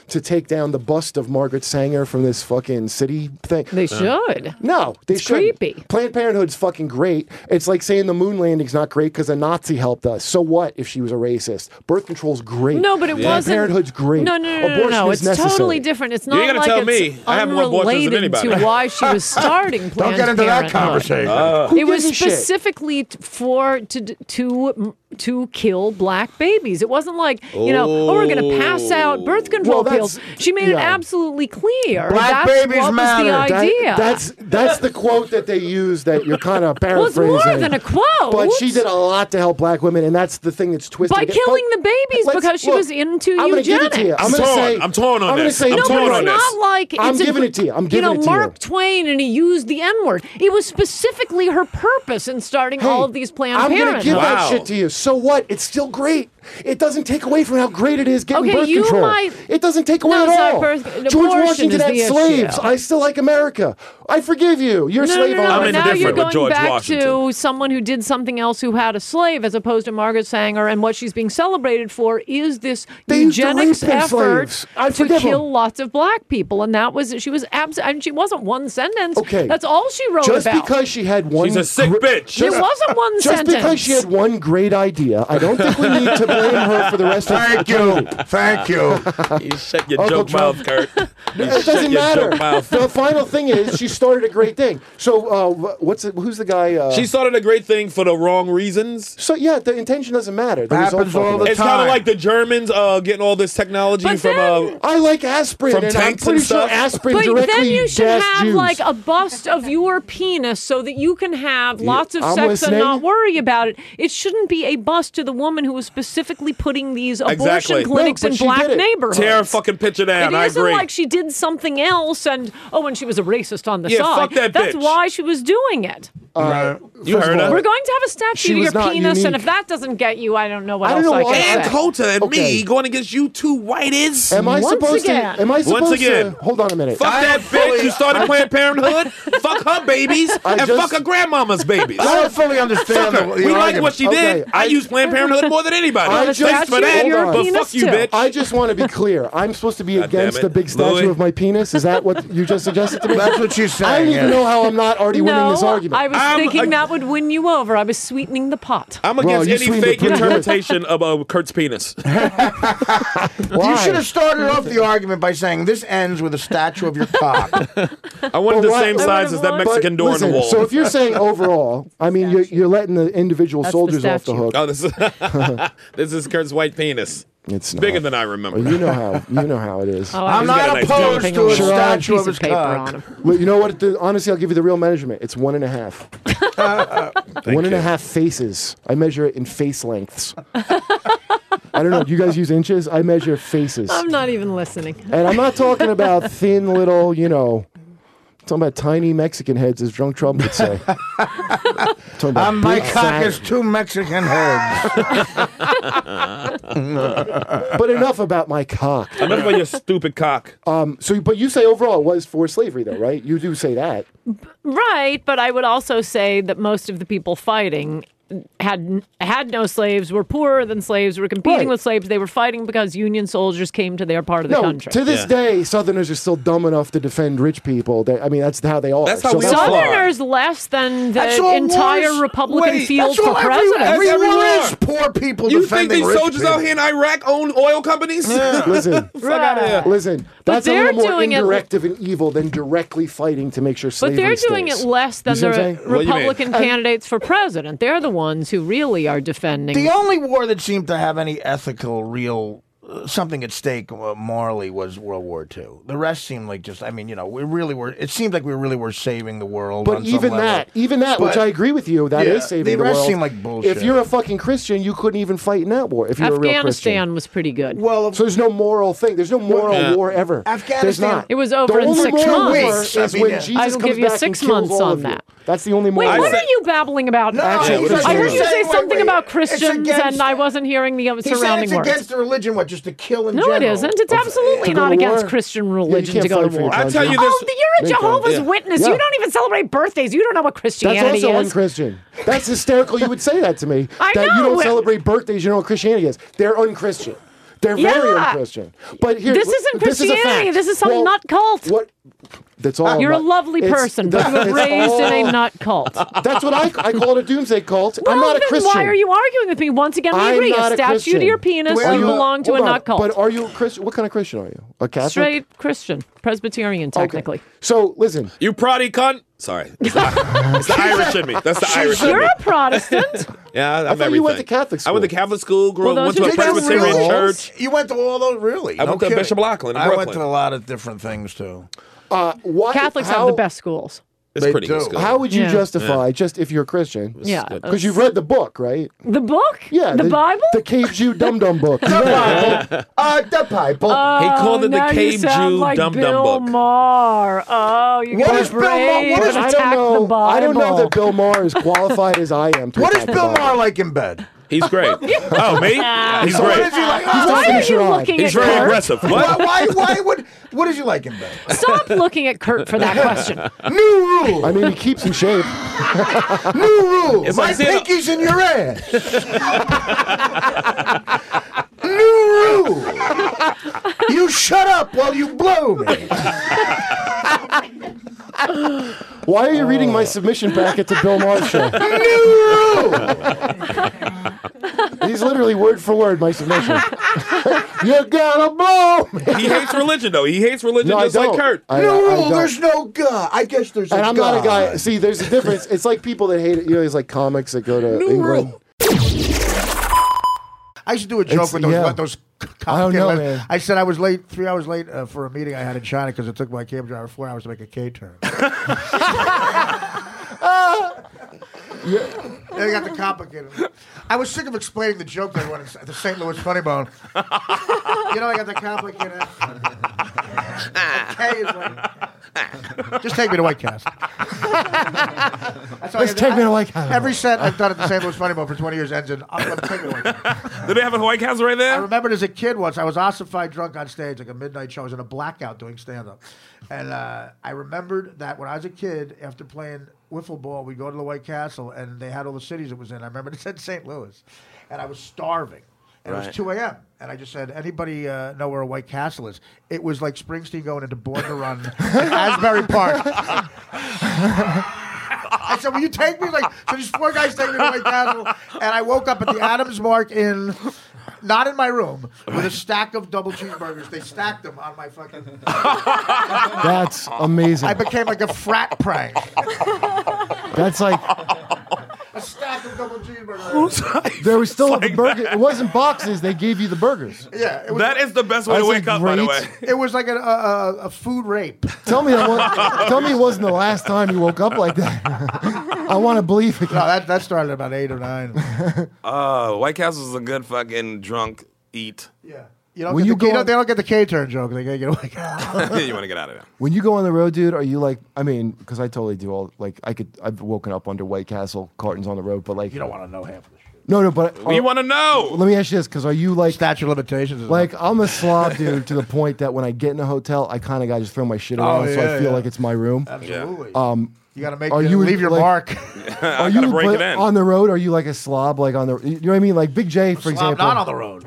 F: to take down the bust of Margaret Sanger from this fucking city thing.
H: They should.
F: No, they
H: It's
F: shouldn't.
H: creepy.
F: Planned Parenthood's fucking great. It's like saying the moon landing's not great because a Nazi helped us. So what if she was a racist? Birth control's great.
H: No, but it
F: Planned
H: wasn't.
F: Parenthood's great.
H: No, no, no, no, no,
F: Abortion
H: no.
F: is
H: It's totally
F: necessary.
H: different. It's
B: ain't
H: not
B: gonna
H: like
B: tell
H: it's
B: me. I have more abortions than
H: unrelated to
B: anybody.
H: why she was starting Planned
E: Don't get into that
H: Parenthood.
E: conversation.
F: Who
H: It was
F: gives a shit?
H: specifically t- for to d- to to kill black babies. It wasn't like you know, oh, we're going to pass out birth control
F: Oh. Well,
H: pills.
F: that's-
H: She made it
F: yeah.
H: absolutely clear.
E: Black
H: that's
E: babies
H: what
E: matter.
H: Was
E: That-
H: the
F: That-
H: idea.
F: that's that's the quote that they use that you're kind of
H: (laughs) well, it's
F: paraphrasing.
H: more than a quote.
F: But she did a lot to help black women, and that's the thing that's twisted.
H: By
F: But-
H: killing the babies
F: let's-
H: because she
F: look,
H: was into
F: I'm gonna give it to you.
H: eugenics.
F: I'm gonna
B: I'm torn.
F: say
B: I'm torn on
F: I'm gonna
B: this.
F: say
B: I'm
H: no,
F: you're
B: torn
H: but
F: right.
H: it's
B: on this.
H: not like it's
F: I'm
H: a-
F: giving it to you. I'm
H: you
F: giving
H: know,
F: it to
H: Mark
F: you.
H: Twain and he used the N word. It was specifically her purpose in starting all of these Planned
F: I'm gonna
H: Parenthood.
F: give that
B: Wow.
F: shit to you. So what? It's still great. It doesn't take away from how great it is getting
H: Okay,
F: birth
H: you
F: control.
H: might-
F: It doesn't take away
H: No,
F: at
H: sorry,
F: all.
H: birth-
F: George
H: abortion
F: Washington
H: is
F: had
H: the issue.
F: slaves. I still like America. I forgive you. You're a
H: No, no,
F: slave
H: no, no.
F: owner.
B: I'm
H: now
B: indifferent
H: you're
B: with
H: going
B: George
H: back to
B: Washington.
H: someone who did something else who had a slave, as opposed to Margaret Sanger. And what she's being celebrated for is this
F: They used to
H: eugenics
F: rape their
H: effort
F: slaves. I
H: to
F: forgive 'em.
H: kill lots of black people. And that was she was abs- and she wasn't one sentence.
F: Okay.
H: that's all she wrote
F: Just
H: about.
F: because she had one
B: She's a sick
F: gr-
B: bitch.
H: it wasn't one
F: Just
H: sentence.
F: because she had one great idea, I don't think we need to blame her for the rest of
E: Thank you. Thank you.
B: (laughs) You shut your
F: Uncle
B: joke
F: Trump.
B: mouth, Kurt. You
F: It
B: shut
F: doesn't
B: your
F: matter.
B: joke mouth.
F: The final thing is she started a great thing. So uh, wh- what's it, who's the guy?
B: (laughs)
F: Uh,
B: She started a great thing for the wrong reasons.
F: so yeah, the intention doesn't matter. The
E: Happens
F: result
E: all the
F: fucking
B: It's kind
E: Time.
B: of like the Germans uh, getting all this technology
H: But
B: from.
H: then-
B: Uh,
F: I like aspirin,
B: From
F: and I'm
B: tanks
F: pretty
B: and
F: sure
B: stuff.
F: aspirin
H: But
F: directly
H: then you should
F: gas
H: have
F: Jews.
H: like a bust of your penis so that you can have lots of
F: I'm
H: sex
F: listening.
H: and not worry about it. It shouldn't be a bust to the woman who was specifically putting these abortion
B: Exactly. No,
H: clinics
F: but
H: in
F: she
H: black
F: did it.
H: neighborhoods.
B: uh, tear a fucking picture down.
H: It
B: I
H: isn't
B: agree.
H: like she did something else and oh, and she was a racist on the
B: Yeah,
H: side.
B: fuck that
H: That's
B: bitch.
H: why she was doing it.
B: you
F: First of
B: heard
F: all,
B: her.
H: We're going to have a
F: She
H: statue to
F: was
H: your
F: not
H: penis, and
F: unique.
H: if that doesn't get you, I don't know what
F: I
H: else
F: don't know
H: I
F: why-
H: can
B: and
H: say.
B: Cota and
F: Okay.
B: me going against you two whiteies.
F: Am I
H: Once
F: supposed
H: again.
F: to? Am I supposed
B: again.
F: to? Hold on a minute.
B: Fuck that bitch! You started Planned (laughs) Parenthood. fuck her babies and
F: just-
B: fuck her grandmama's babies.
E: I don't fully
B: Fuck
E: understand.
B: her.
E: the- the
B: we like
E: argument.
B: what she
F: Okay,
B: did. I,
F: I-
B: use Planned Parenthood more than anybody.
F: I just-
B: Thanks for that,
F: Hold on.
B: but
H: Penis
B: fuck you,
H: too.
B: bitch.
F: I just want to be clear. I'm supposed to
B: (laughs)
F: be
B: God damn
F: against
B: it.
F: the big statue
B: Louis?
F: of my penis. Is that what you just
B: (laughs)
F: suggested to me?
E: That's what she's saying.
F: (laughs) I don't even
E: yeah.
F: know how I'm not already winning
H: No,
F: this argument.
H: I was
B: I'm
H: thinking
B: a-
H: that would win you over. I was sweetening the pot.
B: I'm
F: Well,
B: against
F: you
B: any
F: sweetened it
B: fake
F: pretty good.
B: interpretation of uh, Kurt's
F: (laughs)
B: penis.
F: Why?
E: You should have started off the argument by saying this ends with a statue of your cock.
B: I wanted the
F: why-
B: same
F: I
B: size as that
H: wanted one.
B: Mexican
F: But
B: door in the
F: listen,
B: wall.
F: So if you're
H: (laughs)
F: saying overall, I mean, you're, you're letting the individual
H: That's the
B: (laughs)
F: soldiers off the
H: statue.
F: hook.
B: oh, this is this is Kurt's white penis.
F: It's not.
B: Bigger than I remember. (laughs)
F: Well, you know how you know how it
H: (laughs)
F: is.
H: Oh, I
L: I'm
H: was
L: not
M: got a nice
L: opposed
H: dumping
L: to
H: on
L: a
H: a
L: statue
H: piece
L: of his
H: paper
L: cock.
H: on him.
F: Well, you know what? The- honestly, I'll give you the real measurement. It's one and a half. One and a half faces. I measure it in face lengths. I don't know. Do you guys use inches? I measure faces.
H: I'm not even listening.
F: And I'm not talking about thin little, you know, I'm talking about tiny Mexican heads, as drunk Trump would say. I'm talking about
L: Um, my
F: big
L: cock
F: fat-
L: is two Mexican heads.
F: (laughs) But enough about my cock.
B: Enough about your stupid
F: (laughs)
B: cock.
F: Um, so, but you say overall it was for slavery, though, right? You do say that.
H: Right, but I would also say that most of the people fighting had had no slaves, were poorer than slaves, were competing
F: Right.
H: with slaves. They were fighting because Union soldiers came to their part of the
F: No,
H: country.
F: to this day, Southerners are still dumb enough to defend rich people. They, I mean, that's how they are.
B: That's how we all are.
H: Southerners less than
L: That's
H: the
L: all
H: entire
L: wars-
H: Republican
B: wait,
H: field
L: That's
H: for
L: all everyone,
H: president.
L: everyone
B: everywhere.
L: is. Poor people
B: You think
L: defending
B: these
L: rich
B: soldiers
L: people.
B: out here in Iraq own oil companies? (laughs)
F: Listen,
B: Fuck outta here.
F: listen.
H: But
F: That's a
H: they're
F: little more
H: doing it-
F: indirective and evil than directly fighting to make sure
H: But
F: slavery
H: they're doing
F: stays.
H: it less than
F: You see what I'm
H: the
F: saying?
B: What do you mean?
H: Republican candidates for president. They're the ones who really are defending.
L: The only war that seemed to have any ethical, real uh, something at stake uh, morally was World War II. The rest seemed like just, I mean, you know, we really were. It seemed like we really were saving the world.
F: But
L: on some
F: even
L: level.
F: that, even that, which
L: But-
F: I agree with you, that is
L: Yeah,
F: saving
L: the
F: the
L: rest
F: world.
L: seem like bullshit.
F: If you're a fucking Christian, you couldn't even fight in that war. If you're a real Christian.
H: Afghanistan was pretty good.
L: Well,
F: So there's no moral thing. There's no moral war ever. There's
L: Afghanistan-
F: not.
H: It was over
F: the
H: in
F: only
H: six
F: moral war
H: months.
F: Is
L: I mean,
F: when
L: yeah.
F: Jesus
H: I will
F: comes
H: give you
F: back and
H: six
F: kills
H: months
F: all
H: on
F: of you.
H: that.
F: That's the only
H: Wait,
F: moral
H: what
F: war.
H: are you babbling about? now?
F: Actually,
L: he's
F: what
H: I
F: saying-
H: heard you say
L: saying- wait,
H: something
L: wait,
H: about
L: it's
H: Christians,
L: against-
H: and I wasn't hearing the
L: He said
H: surrounding
L: it's
H: words.
L: against the religion, what, just to kill in
H: no,
L: general?
H: it isn't. It's absolutely
F: to go
H: not
F: to
H: against
F: war?
H: Christian
F: Yeah, you
H: religion
F: can't
H: to go
F: fight
H: to
F: for your
H: war.
B: I
F: country.
B: tell you
H: Oh,
B: this.
H: you're a
F: Big time.
H: Jehovah's
F: Yeah.
H: Witness.
F: Yeah.
H: You don't even celebrate birthdays. You don't know what
F: That's
H: Christianity
F: also
H: is.
F: unchristian. That's hysterical. You would say that to me.
H: (laughs) I
F: that you
H: know.
F: don't celebrate birthdays. You know what Christianity is. They're unchristian. They're very
H: Yeah.
F: unchristian. But here,
H: This isn't
F: this is a
H: Christianity.
F: fact.
H: This is some
F: Well,
H: nut cult. Uh,
F: What? That's all.
H: You're a
F: nut-
H: lovely
F: Oh, it's-
H: person, but
F: that-
H: you were
F: it's
H: raised in
F: all-
H: a nut cult.
F: (laughs) That's what I, I call it a doomsday cult. I'm
H: Well,
F: not a
H: then
F: Christian.
H: Why are you arguing with me? Once again, we
F: I'm
H: agree.
F: not
H: A
F: a
H: statue
F: Christian.
H: to your penis,
F: Well,
H: you
F: you-
H: belong to a
F: hold on,
H: nut cult.
F: But are you a Christian? What kind of Christian are you? A Catholic?
H: Straight Christian, Presbyterian,
F: Okay.
H: technically.
F: So listen,
B: You proddy cunt. Sorry. It's the, it's
F: (laughs)
B: the Irish in me. That's the Irish in
H: You're
B: me.
H: a Protestant.
B: Yeah, I, I'm
F: I thought you went to
B: everything.
F: Catholic
B: I went to
F: school.
B: Catholic school, grew
H: Well,
B: up, went
H: those who
B: to a
H: did that were
B: Presbyterian
H: all-
B: church.
L: You went to all those, really?
B: I went
L: no
B: to
L: kidding.
B: Bishop Auckland in
L: I went
B: Brooklyn.
L: to a lot of different things, too.
F: uh, why,
H: Catholics
F: how,
H: have the best schools.
B: It's
L: They
B: pretty
L: do.
B: good school.
F: How would you
H: Yeah.
F: justify just if you're a Christian?
H: Yeah.
F: Because you've read the book, right?
H: The book?
F: Yeah.
H: The, Bible?
F: The Cave Jew Dum Dum book. You read
L: (laughs)
F: it. uh, the Bible.
B: he called it the
H: now you
B: Cave
H: sound
B: Jew
H: like
B: Dum
H: Bill
B: Dum Book.
H: Marr. Oh, you're
L: What
H: gonna
L: is Bill Maher-
H: brave
L: what
F: But
L: is-
H: and
F: I
H: attack
F: don't know.
H: the Bible.
F: I don't know that Bill Maher is qualified as I am. To
L: What is
F: attack the
L: Bill
F: Bible.
L: Maher like in bed?
B: He's great. oh, me? Yeah, He's
L: What
B: great.
L: is he like?
H: Why
F: talking
H: are
F: to
H: you
F: Sherrod.
H: looking
B: He's
H: at
B: very
H: Kurt?
B: aggressive.
L: why,
B: What?
L: why, why would, what is he like in bed?
H: Stop looking at Kurt for
F: (laughs)
H: that question.
L: New rule.
B: (laughs)
F: I mean, he keeps in shape.
L: New rule.
B: It's
L: My
B: like saying-
L: pinky's in your
B: (laughs)
L: ass. New rule. You shut up while you blow me.
F: Why are you reading
L: Oh.
F: my submission packet to Bill Maher's show?
L: New rule.
F: He's literally word for word my submission. (laughs) you gotta blow me.
B: He hates religion, though. He hates religion
F: No, I
B: just like
F: don't.
B: Kurt.
F: I-
L: No
F: I
L: rule.
F: don't.
L: There's no God. I guess there's.
F: And
L: a
F: I'm
L: God.
F: not a guy. See, there's a difference. It's like people that hate it. You know, it's like comics that go to England.
E: I used to do a joke
F: It's-
E: with those,
F: yeah.
E: what, those c-
F: I don't
E: complicated
F: know,
E: letters.
F: man.
E: I said I was late, three hours late uh, for a meeting I had in China because it took my cab driver four hours to make a K
F: (laughs)
E: turn. They got the complicated. one. I was sick of explaining the joke they wanted at the St. Louis Funny Bone. you know, I got the complicated. okay, is like, just take me to White Castle. That's all I
F: Let's
E: have-
F: take me to
E: I-
F: White Castle.
E: Every set I've done at the St. Louis Funny Bone for 20 years ends in, I'm going to take me to White Castle.
B: Did they have a White House right
E: I
B: there?
E: remembered as a kid once, I was ossified drunk on stage, like a midnight show. I was in a blackout doing stand up. And uh, I remembered that when I was a kid, after playing wiffle ball, we'd go to the White Castle and they had all the cities it was in. I remember it said St. Louis. And I was starving. And it was 2 a.m. And I just said, anybody uh, know where a White Castle is? It was like Springsteen going into Born to Run, in (laughs) Asbury Park. I said, "Will you take me?" Like, so these four guys take me to White Castle, and I woke up at the Adams Mark Inn, not in my room, with a stack of double cheeseburgers. They stacked them on my fucking.
F: That's amazing.
E: I became like a frat prank.
F: That's like
E: A stack of double cheeseburger.
F: There was still a burger. It wasn't boxes. They gave you the burgers.
E: Yeah, it was,
B: That is the best way to
F: That's a
B: wake up, by the way.
F: great-
E: it was like a, a, a- a food rape.
F: Tell me, that was, tell me it wasn't the last time you woke up like that. (laughs) I want to believe it.
E: No, that, that started about eight or nine.
B: Uh, White Castle's a good fucking drunk
F: (laughs)
B: eat. (laughs)
E: Yeah. You don't
F: Will
E: get the, you
F: you go
E: don't-
F: on-
E: they don't get the K turn joke. They gotta get away. (laughs)
B: you want to get out of there.
F: When you go on the road, dude, are you like? I mean, because I totally do all like I could. I've woken up under White Castle cartons on the road, but like you don't want to know half of the shit. No, no, but
B: We
F: are-
B: want to know.
F: Let me ask you this: because are you like
E: Statue of limitations. is-
F: Like I'm a slob, dude, to the point that when I get in a hotel, I kind of gotta just throw my shit around, so I
E: yeah,
F: feel
E: yeah.
F: like it's my room.
E: absolutely.
F: Um,
E: you gotta make
F: are
E: your,
F: you,
E: leave your
F: like-
E: mark. (laughs)
F: are
B: gotta
F: you
B: break it
F: but
B: in.
F: on the road? Are you like a slob, like on the? You know what I mean? Like Big J, for example.
E: I'm not on the road.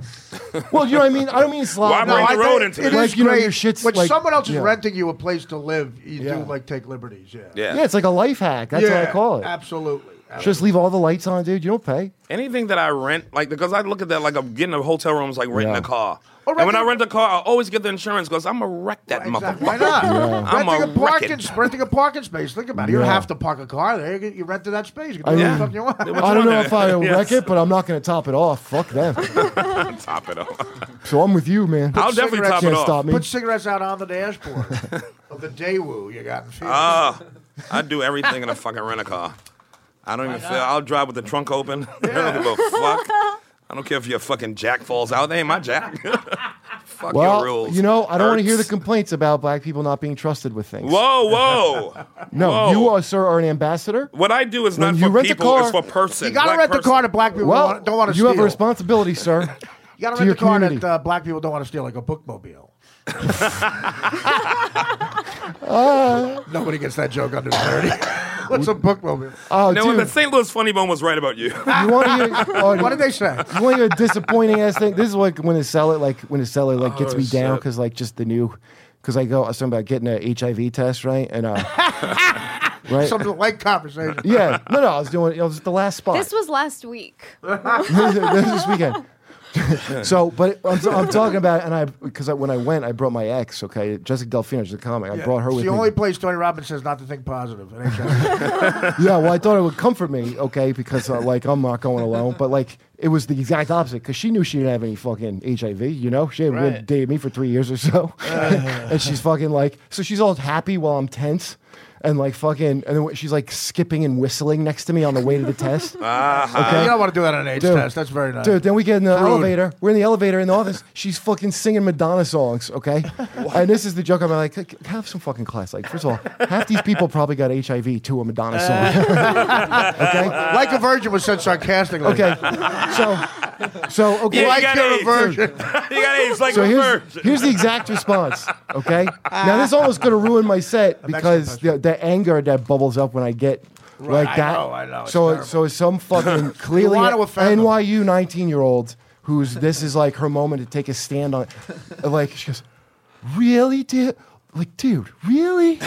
F: Well, you know what I mean. I don't mean slob.
B: Why
F: No,
B: bring
F: I
B: the
F: think-
B: road into
E: It
B: this?
E: is
F: Like, you know,
E: great.
F: your shit's
E: when
F: like-
E: someone else is
F: yeah.
E: renting you a place to live, you
F: Yeah.
E: do like take liberties. Yeah.
B: Yeah.
F: Yeah, it's like a life hack. That's what I call it.
E: Absolutely.
F: Just leave all the lights on, dude. You don't pay.
B: Anything that I rent, like because I look at that like I'm getting a hotel room is like renting
F: Yeah. Oh,
B: a car.
E: Or
B: and when I
E: rent
B: rent
E: a-
B: a car, I always get the insurance because I'm gonna wreck that
E: Exactly. Why
B: motherfucker.
E: not?
B: I'm a
E: Renting a, parking,
B: wreck it.
E: renting a parking space. Think about it. You don't
F: Yeah.
E: have to park a car there. You, get- you rented that space. You can do
F: I mean-
E: what the fuck you want.
F: I don't
B: wrong
F: know
B: with
E: (laughs)
F: if I
B: that?
F: wreck
B: Yes.
F: it, but I'm not gonna top it off. Fuck them.
B: Top it (laughs) off.
F: so I'm with you, man.
B: I'll definitely top it
F: Can't
B: off.
F: stop me.
E: Put cigarettes out on the dashboard of the Daewoo you got in Phoenix.
B: Ah, I do everything in a fucking rent a car. I don't even feel. I'll drive with the trunk open. (laughs) I don't give a fuck. I don't care if your fucking jack falls out. They ain't my jack. (laughs) fuck your
F: well,
B: rules.
F: you know, I don't want to hear the
B: Ertz.
F: complaints about black people not being trusted with things.
B: Whoa, whoa. (laughs)
F: No,
B: Whoa.
F: you are, sir, are an ambassador.
B: What I do is not
F: When
B: for
F: you rent a
B: people, it's
F: car-
B: for person.
E: you gotta
B: black
E: rent the
B: person.
E: car that black people
F: Well,
E: want, don't want to
F: you
E: steal.
F: have a
E: (laughs)
F: responsibility, sir.
E: you gotta
F: to
E: rent
F: your
E: the car
F: community.
E: that uh, black people don't want to steal, like a
F: (laughs)
E: bookmobile. (laughs) Nobody gets that joke under thirty. (laughs) What's a bookmobile?
F: Oh,
B: No,
F: dude,
B: the St. Louis Funny Bone was right about you. (laughs)
F: you want to
E: (laughs)
F: hear? oh,
E: What did they say?
F: (laughs) You want to hear a disappointing ass thing? This is like when a seller, like when a seller, like gets me down because like just the new, because I go, I was talking about getting a HIV test, right? And uh, right?
E: Some light conversation.
F: yeah, no, no, I was doing, it was the last spot.
N: This was last week.
F: (laughs) this weekend. so, but I'm, I'm talking about, and I because I, when I went, I brought my ex. Okay, Jessica Delfino, she's a comic. I brought her
E: it's
F: with
E: the
F: me.
E: only place Tony Robbins says not to think positive. It ain't that.
F: yeah, well, I thought it would comfort me. Okay, because uh, like I'm not going alone, but like it was the exact opposite because she knew she didn't have any fucking HIV. You know, she had
E: Right.
F: dated me for three years or so, and she's fucking like, so she's all happy while I'm tense. And like fucking, and then she's like skipping and whistling next to me on the way to the test.
E: you don't want to do that on an AIDS
F: Dude.
E: test. That's very nice.
F: Dude, then we get in the elevator. We're in the elevator in the office. She's fucking singing Madonna songs, okay? and this is the joke. I'm like, "C- have some fucking class. Like, first of all, half these people probably got HIV to a Madonna
E: (laughs)
F: song. (laughs) okay?
E: Uh, like a virgin was said sarcastically.
F: Okay. So, so, okay.
B: Yeah, you
E: Like
B: got
E: you're a
B: AIDS. (laughs)
E: virgin.
B: you got AIDS like
F: So
B: a
F: here's,
B: virgin.
F: here's the exact response, okay? Now, this almost going to ruin my set because the, the anger that bubbles up when I get. Like
E: I
F: that.
E: know, I know. It's
F: So,
E: terrible.
F: so
E: (laughs)
F: some fucking clearly
E: want to offend them.
F: NYU 19 year old who's this is like her moment to take a stand on. Like, she goes, Really, dude? Like, dude, really?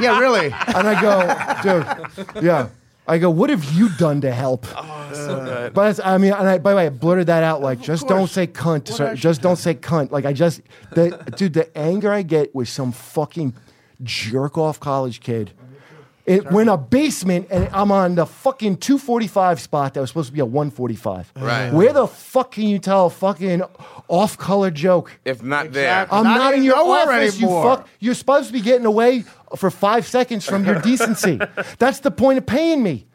E: Yeah, really.
F: And I go, dude, yeah. I go, what have you done to help?
B: Oh,
F: But it's- I mean, and I, by the way, I blurted that out like, just don't
E: course.
F: say cunt, sir.
E: I
F: Just don't say cunt. Like I just, the, dude, the anger I get with some fucking jerk off college kid. It, we're in a basement and I'm on the fucking 245 spot that was supposed to be a 145.
B: Right.
F: Where the fuck can you tell a fucking off color joke?
B: If not
E: Exactly.
F: I'm
E: Not
F: not,
E: even
F: in your
E: nowhere
F: office,
E: anymore.
F: you fuck. You're supposed to be getting away for five seconds
B: (laughs)
F: from your decency. That's the point of paying me.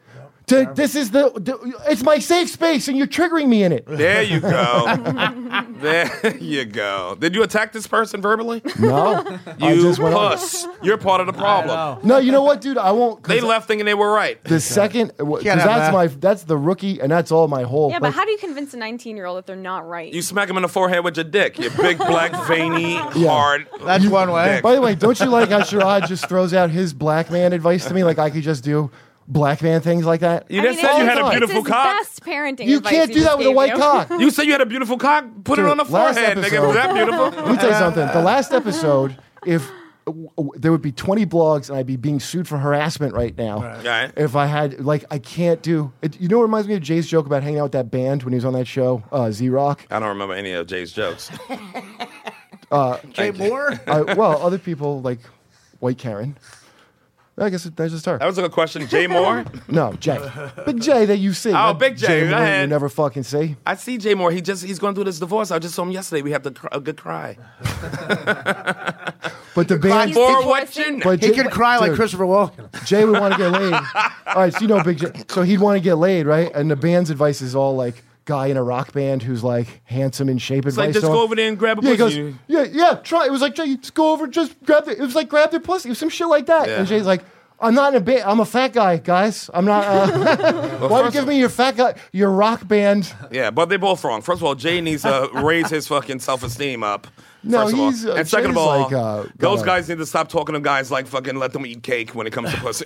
F: To, this is the, the- it's my safe space and you're triggering me in
B: (laughs)
F: it.
B: there, there you
F: (laughs)
B: go. there you go. Did you attack this person verbally?
F: No. I
B: You
F: just went on.
B: puss. You're part of the problem.
F: No, you know what, dude? I won't. 'cause
B: They left thinking they were right.
F: The second, because
E: Can't have
F: that's
E: that.
F: my, that's the rookie and that's all my whole.
D: Yeah, but
F: like-
D: how do you convince a 19 year old that they're not right?
B: You smack him in the forehead with your dick. Your big,
F: (laughs)
B: black, veiny, hard.
E: That's one way.
F: By the way, don't you like how Sherrod just throws out his black man advice to me? Like I could just do black man things like that?
B: You just
D: it's
B: said you
D: his-
B: had a
F: All the time.
B: beautiful
D: it's his
B: cock.
D: best parenting
F: You
D: advice
F: can't
D: he
F: do
D: just
F: that with a
D: gave
F: white
D: you. (laughs)
F: cock.
B: You said you had a beautiful cock. Put it
F: Dude,
B: on the
F: last
B: forehead, nigga.
F: episode-
B: Was that
F: (laughs)
B: beautiful?
F: Let me tell you something. The last episode, if w- w- there would be 20 blogs and I'd be being sued for harassment right now.
B: Right.
F: If I had, like, I can't do it. You know what reminds me of Jay's joke about hanging out with that band when he was on that show, uh, Z Rock?
B: I don't remember any of Jay's jokes.
E: Jay Moore?
F: Uh, well, other people like White Karen. I guess it- that's just her.
B: That was a good question. Jay Moore.
F: No, Jay. Big Jay that you see.
B: Oh,
F: not
B: Big Jay, go
F: Moore
B: ahead.
F: You never fucking see.
B: I see Jay Moore. He just he's going through this divorce. I just saw him yesterday. We had the, cr- a good cry.
F: But the band.
B: For what you know.
F: But
E: He could cry like
F: dude,
E: Christopher Walken.
F: Jay would want to get laid. all right, so you know Big Jay. So he'd want to get laid, right? And the band's advice is all like guy in a rock band who's like handsome and shape
B: It's
F: advice.
B: like just
F: to him.
B: go over there and grab a
F: Yeah, he
B: pussy.
F: goes, yeah, yeah, try. It was like, Jay, just go over, just grab their, it was like grab their pussy, It was some shit like that.
B: Yeah.
F: And Jay's like, I'm not in a band, I'm a fat guy, guys. I'm
B: (laughs)
F: not, uh, (laughs) why do you
B: first
F: give
B: of-
F: me your fat guy, your rock band?
B: yeah, but they're both wrong. First of all, Jay needs
F: (laughs)
B: to raise his fucking self esteem up.
F: No,
B: first of all.
F: he's, uh,
B: and second of
F: Jay's
B: all,
F: like, uh,
B: those
F: gotta-
B: guys need to stop talking to guys like fucking let them eat cake when it comes to
F: (laughs)
B: pussy.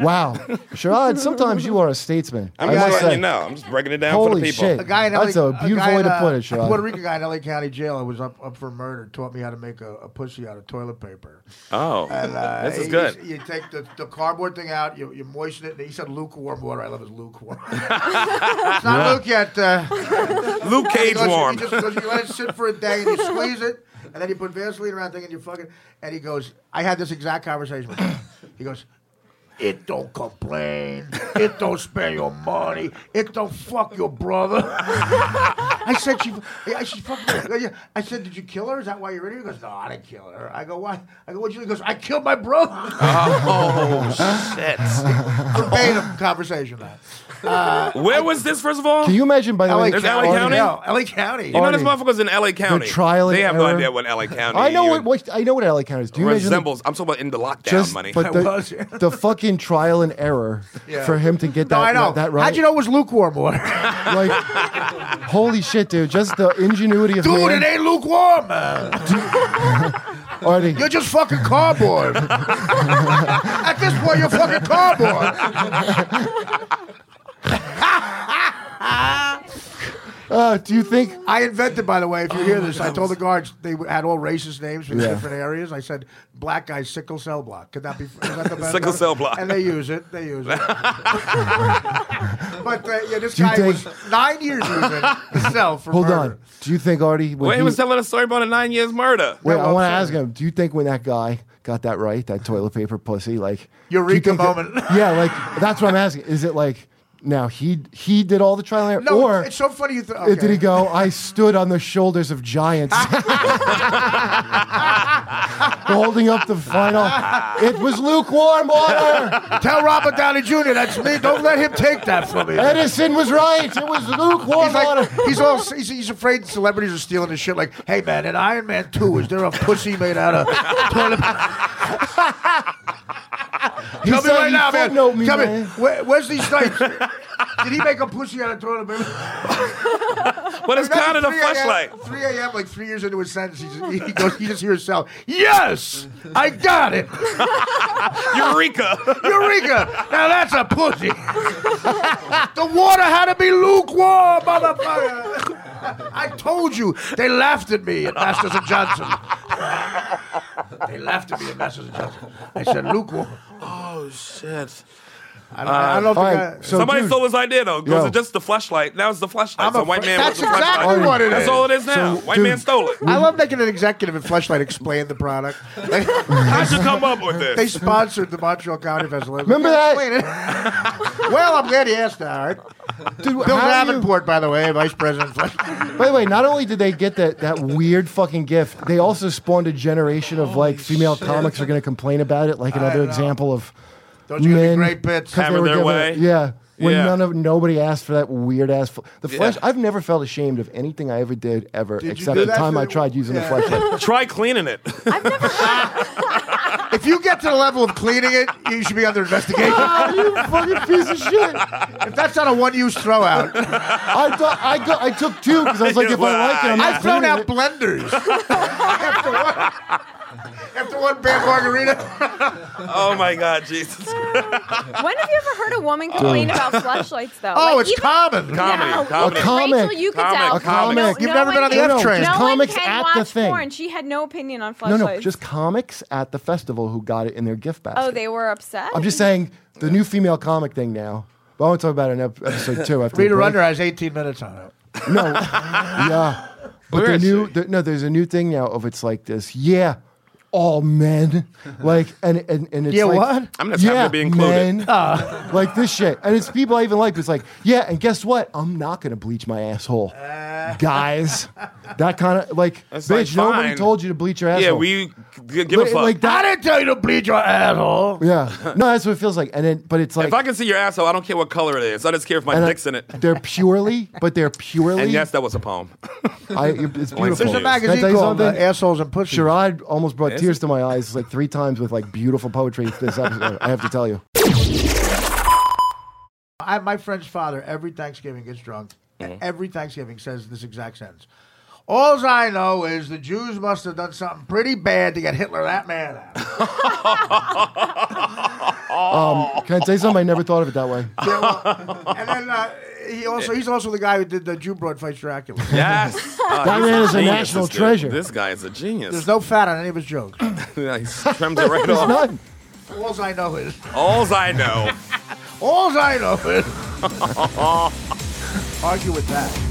F: Wow. Sharad, sometimes you are a statesman.
B: I'm
F: I
B: just
F: must
B: letting
F: say.
B: you know. I'm just breaking it down for
F: Holy
B: the people.
F: shit.
E: A guy in LA,
F: That's a beautiful
E: guy
F: way
E: in,
F: to
E: uh,
F: put it, Sharad.
E: A Puerto Rican guy in LA County Jail who was up, up for murder taught me how to make a, a pussy out of toilet paper.
B: Oh,
E: Uh,
B: this is
E: you-
B: good.
E: You, take the, the cardboard thing out, you, you moisten it. and He said lukewarm water. I love his lukewarm. (laughs) it's not Luke yet. Uh,
B: Luke
E: he
B: Cage
E: goes- he
B: warm.
E: just goes, you let it sit for a day and you squeeze it, and then you put Vaseline around thing and you fucking. And he goes, I had this exact conversation with him. He goes, it don't complain. It don't spend your money. It don't fuck your brother. (laughs) I said she. I she fucked me. I said, did you kill her? Is that why you're in here? He goes, no, I didn't kill her. I go, why? I go, what you? do?" He goes, I killed my brother.
B: Oh shit!
E: (laughs) Verbatim conversation. That.
B: (laughs) Where was this? First of all,
F: Can you imagine, by the way,
B: Is that LA County? Oh,
E: No, LA County.
B: You know this
F: Arnie,
B: motherfucker's in LA County.
F: trial and
B: they have no
F: error.
B: idea what LA County.
F: I know
B: even
F: what, what, I know what LA County is. Do you imagine the
B: resembles. I'm talking about in the lockdown
F: just
B: money. (laughs)
F: but
E: I
F: the,
E: was, yeah.
F: (laughs) the fucking trial and error for him to get that
E: No, I know.
F: that right.
E: How'd you know it was lukewarm water? (laughs)
F: Like, holy shit, dude! Just the ingenuity of
E: Dude,
F: man.
E: it ain't lukewarm. man.
F: Artie,
E: You're just fucking
F: (laughs)
E: cardboard. At this point, you're fucking cardboard.
F: uh, do you think?
E: I invented, by the way, if you hear this, I told the guards they had all racist names for
F: Yeah.
E: different areas. I said, black guy, sickle cell block. Could that be? Is that
F: (laughs)
E: the best
B: Sickle
E: one?
B: cell block.
E: And they use it. They use it. but uh, yeah, this
F: Do you
E: guy
F: think-
E: was nine years using the cell for
F: Hold
E: murder.
F: on. Do you think Artie? When
B: Wait, he
F: he-
B: was telling a story about a nine years murder.
F: wait,
E: No,
F: I
E: I'm
F: want to
E: sorry.
F: ask him. Do you think when that guy got that right, that toilet paper pussy, like do you
E: Eureka
F: think that-
E: moment.
F: yeah,
E: (laughs)
F: like that's what I'm asking. Is it like now he he did all the trial and error,
E: No,
F: or
E: it's so funny. You th-
F: did he go? I stood on the shoulders
E: (laughs)
F: of giants, holding up the final. It was lukewarm water.
E: Tell Robert Downey Jr. that's me. Don't let him take that from me.
F: Edison was right. It was lukewarm
E: He's like,
F: water.
E: he's all, he's, he's afraid celebrities are stealing his shit. Like, hey man, in Iron Man Two, is there a pussy made
B: (laughs)
E: out of toilet?
F: He
E: Tell me
F: said
E: right
F: he
E: now, man.
F: footnote me,
E: Tell
F: man.
E: me, where, Wesley Snipes. Did he make a pussy out of toilet paper?
B: But (laughs) it's kind of the
E: 3 a.m., (laughs)
B: flashlight.
E: 3 a.m., like three years into his sentence, he just, he goes, he just hears himself, Yes! I got it!
B: Eureka!
E: Eureka! Now that's a pussy! the water had to be lukewarm, motherfucker! I told you, they laughed at me at Masters and Johnson. they laughed at me at Masters and Johnson. I said, lukewarm.
B: oh shit!
E: I don't, I don't know if
F: All
E: they
F: right,
E: got-
B: (laughs)
F: so
B: Somebody
F: dude,
B: stole his idea though. Because
F: Yo.
B: it's just the flashlight. Now it's the flashlight.
E: I'm
B: So
E: a
B: white
E: fr-
B: man
E: That's
B: with the flashlight.
E: exactly what it
B: That's
E: is.
B: all it is now.
F: So,
B: white
F: dude-
B: man stole
F: (laughs)
B: it.
E: I love making an executive at Fleshlight explain the product. They,
B: How'd you come up with
E: they
B: this?
E: sponsored the Montreal County Festival.
F: Remember that?
E: Explain it. well, I'm glad he asked that. All right.
F: dude,
E: Bill
F: how do you-
E: Davenport, by the way, Vice President. of Fleshlight.
F: By the way, not only did they get that, that weird fucking gift, they also spawned a generation of like female comics are going to complain about it. Like another
E: know.
F: example of
E: Those are gonna be
F: men-
E: great bits.
F: 'cause they
B: Hammer
F: were
B: their
F: given-
B: way.
F: Yeah. When
B: Yeah.
F: none of nobody asked for that weird ass fl- the
B: Yeah.
F: flesh. I've never felt ashamed of anything I ever did ever,
E: you
F: except
E: do
F: the
E: that
F: time
E: for
F: I
E: the-
F: tried using the
E: Yeah. (laughs)
F: flashlight.
B: Try cleaning it. (laughs)
E: If you get to the level of cleaning it, you should be under investigation.
F: Ah, you fucking piece of shit!
E: If that's not a one-use throwout,
F: I thought I got, I took two because I
B: (laughs)
F: was like, if I like it, I'm not
E: I've thrown
F: cleaning
E: out
F: it.
E: blenders. (laughs) after one, after one bad margarita,
B: oh my God, Jesus!
F: (laughs)
B: Christ.
D: When have you ever heard a woman complain about flashlights though?
E: oh,
D: Like,
E: it's
D: even-
E: common.
B: Comedy,
D: (laughs) No,
B: comedy.
F: A comic.
D: Rachel, you could
B: Comic,
D: tell.
B: a comic.
D: No,
E: You've never
D: one
E: been on the
D: can-
E: F train.
D: No one
F: Comics
D: can
F: at
D: watch
F: the thing.
D: Porn. She had no opinion on
F: No,
D: flashlights.
F: no, just comics at the festival who got it in their gift basket.
D: Oh, they were upset.
F: I'm just saying the new female comic thing now. But I want to talk about it in ep- episode two. After the
E: Rita
F: break.
E: Rudner has 18 minutes on it. (laughs)
F: No, yeah. But
B: Where
F: the
B: is
F: new
B: she?
F: the, no, there's a new thing now of it's like this. Yeah, all
E: (laughs)
F: men, like and and, and it's
E: Yeah,
F: like,
E: what? Ah.
B: I'm just happy to be included.
F: men. (laughs) like this shit, and it's people I even like. but It's like yeah, and guess what? I'm not gonna bleach my asshole,
E: Uh.
F: guys. That kind of like
B: That's like,
F: bitch. nobody
B: fine.
F: told you to bleach your asshole.
B: Yeah, we g- give a
F: Like-
B: fuck.
F: like that-
E: I didn't tell you to bleed your asshole.
F: Yeah, no, that's what it feels like. And then, but it's like
B: if I can see your asshole, I don't care what color it is. I just care if my
F: and I-
B: dick's in it.
F: They're purely, but they're purely.
B: And yes, that was a poem.
F: I, it's beautiful.
B: There's a
F: Can I
E: Magazine
F: tell you
E: called uh,
F: something?
E: Assholes and Pussies.
F: Sherrod almost brought
B: Is
F: tears to my eyes like three times with like beautiful poetry. This episode, I have to tell you.
E: I, my friend's father every Thanksgiving gets drunk. and Every Thanksgiving says this exact sentence. All I know is the Jews must have done something pretty bad to get Hitler that mad at.
F: Um, can I tell you something? I never thought of it that way.
E: Yeah, well, and then uh, he also he's also the guy who did the Jew broad fights Dracula.
B: Yes. Uh,
F: (laughs) That
B: he's
F: man is a
B: genius,
F: national
B: this dude.
F: treasure.
B: This guy is a (laughs)
E: There's
B: genius.
E: no fat on any of his jokes.
B: Yeah, he trimmed it right off.
F: None.
E: All I know is
B: All's I know.
E: all I know is argue with that.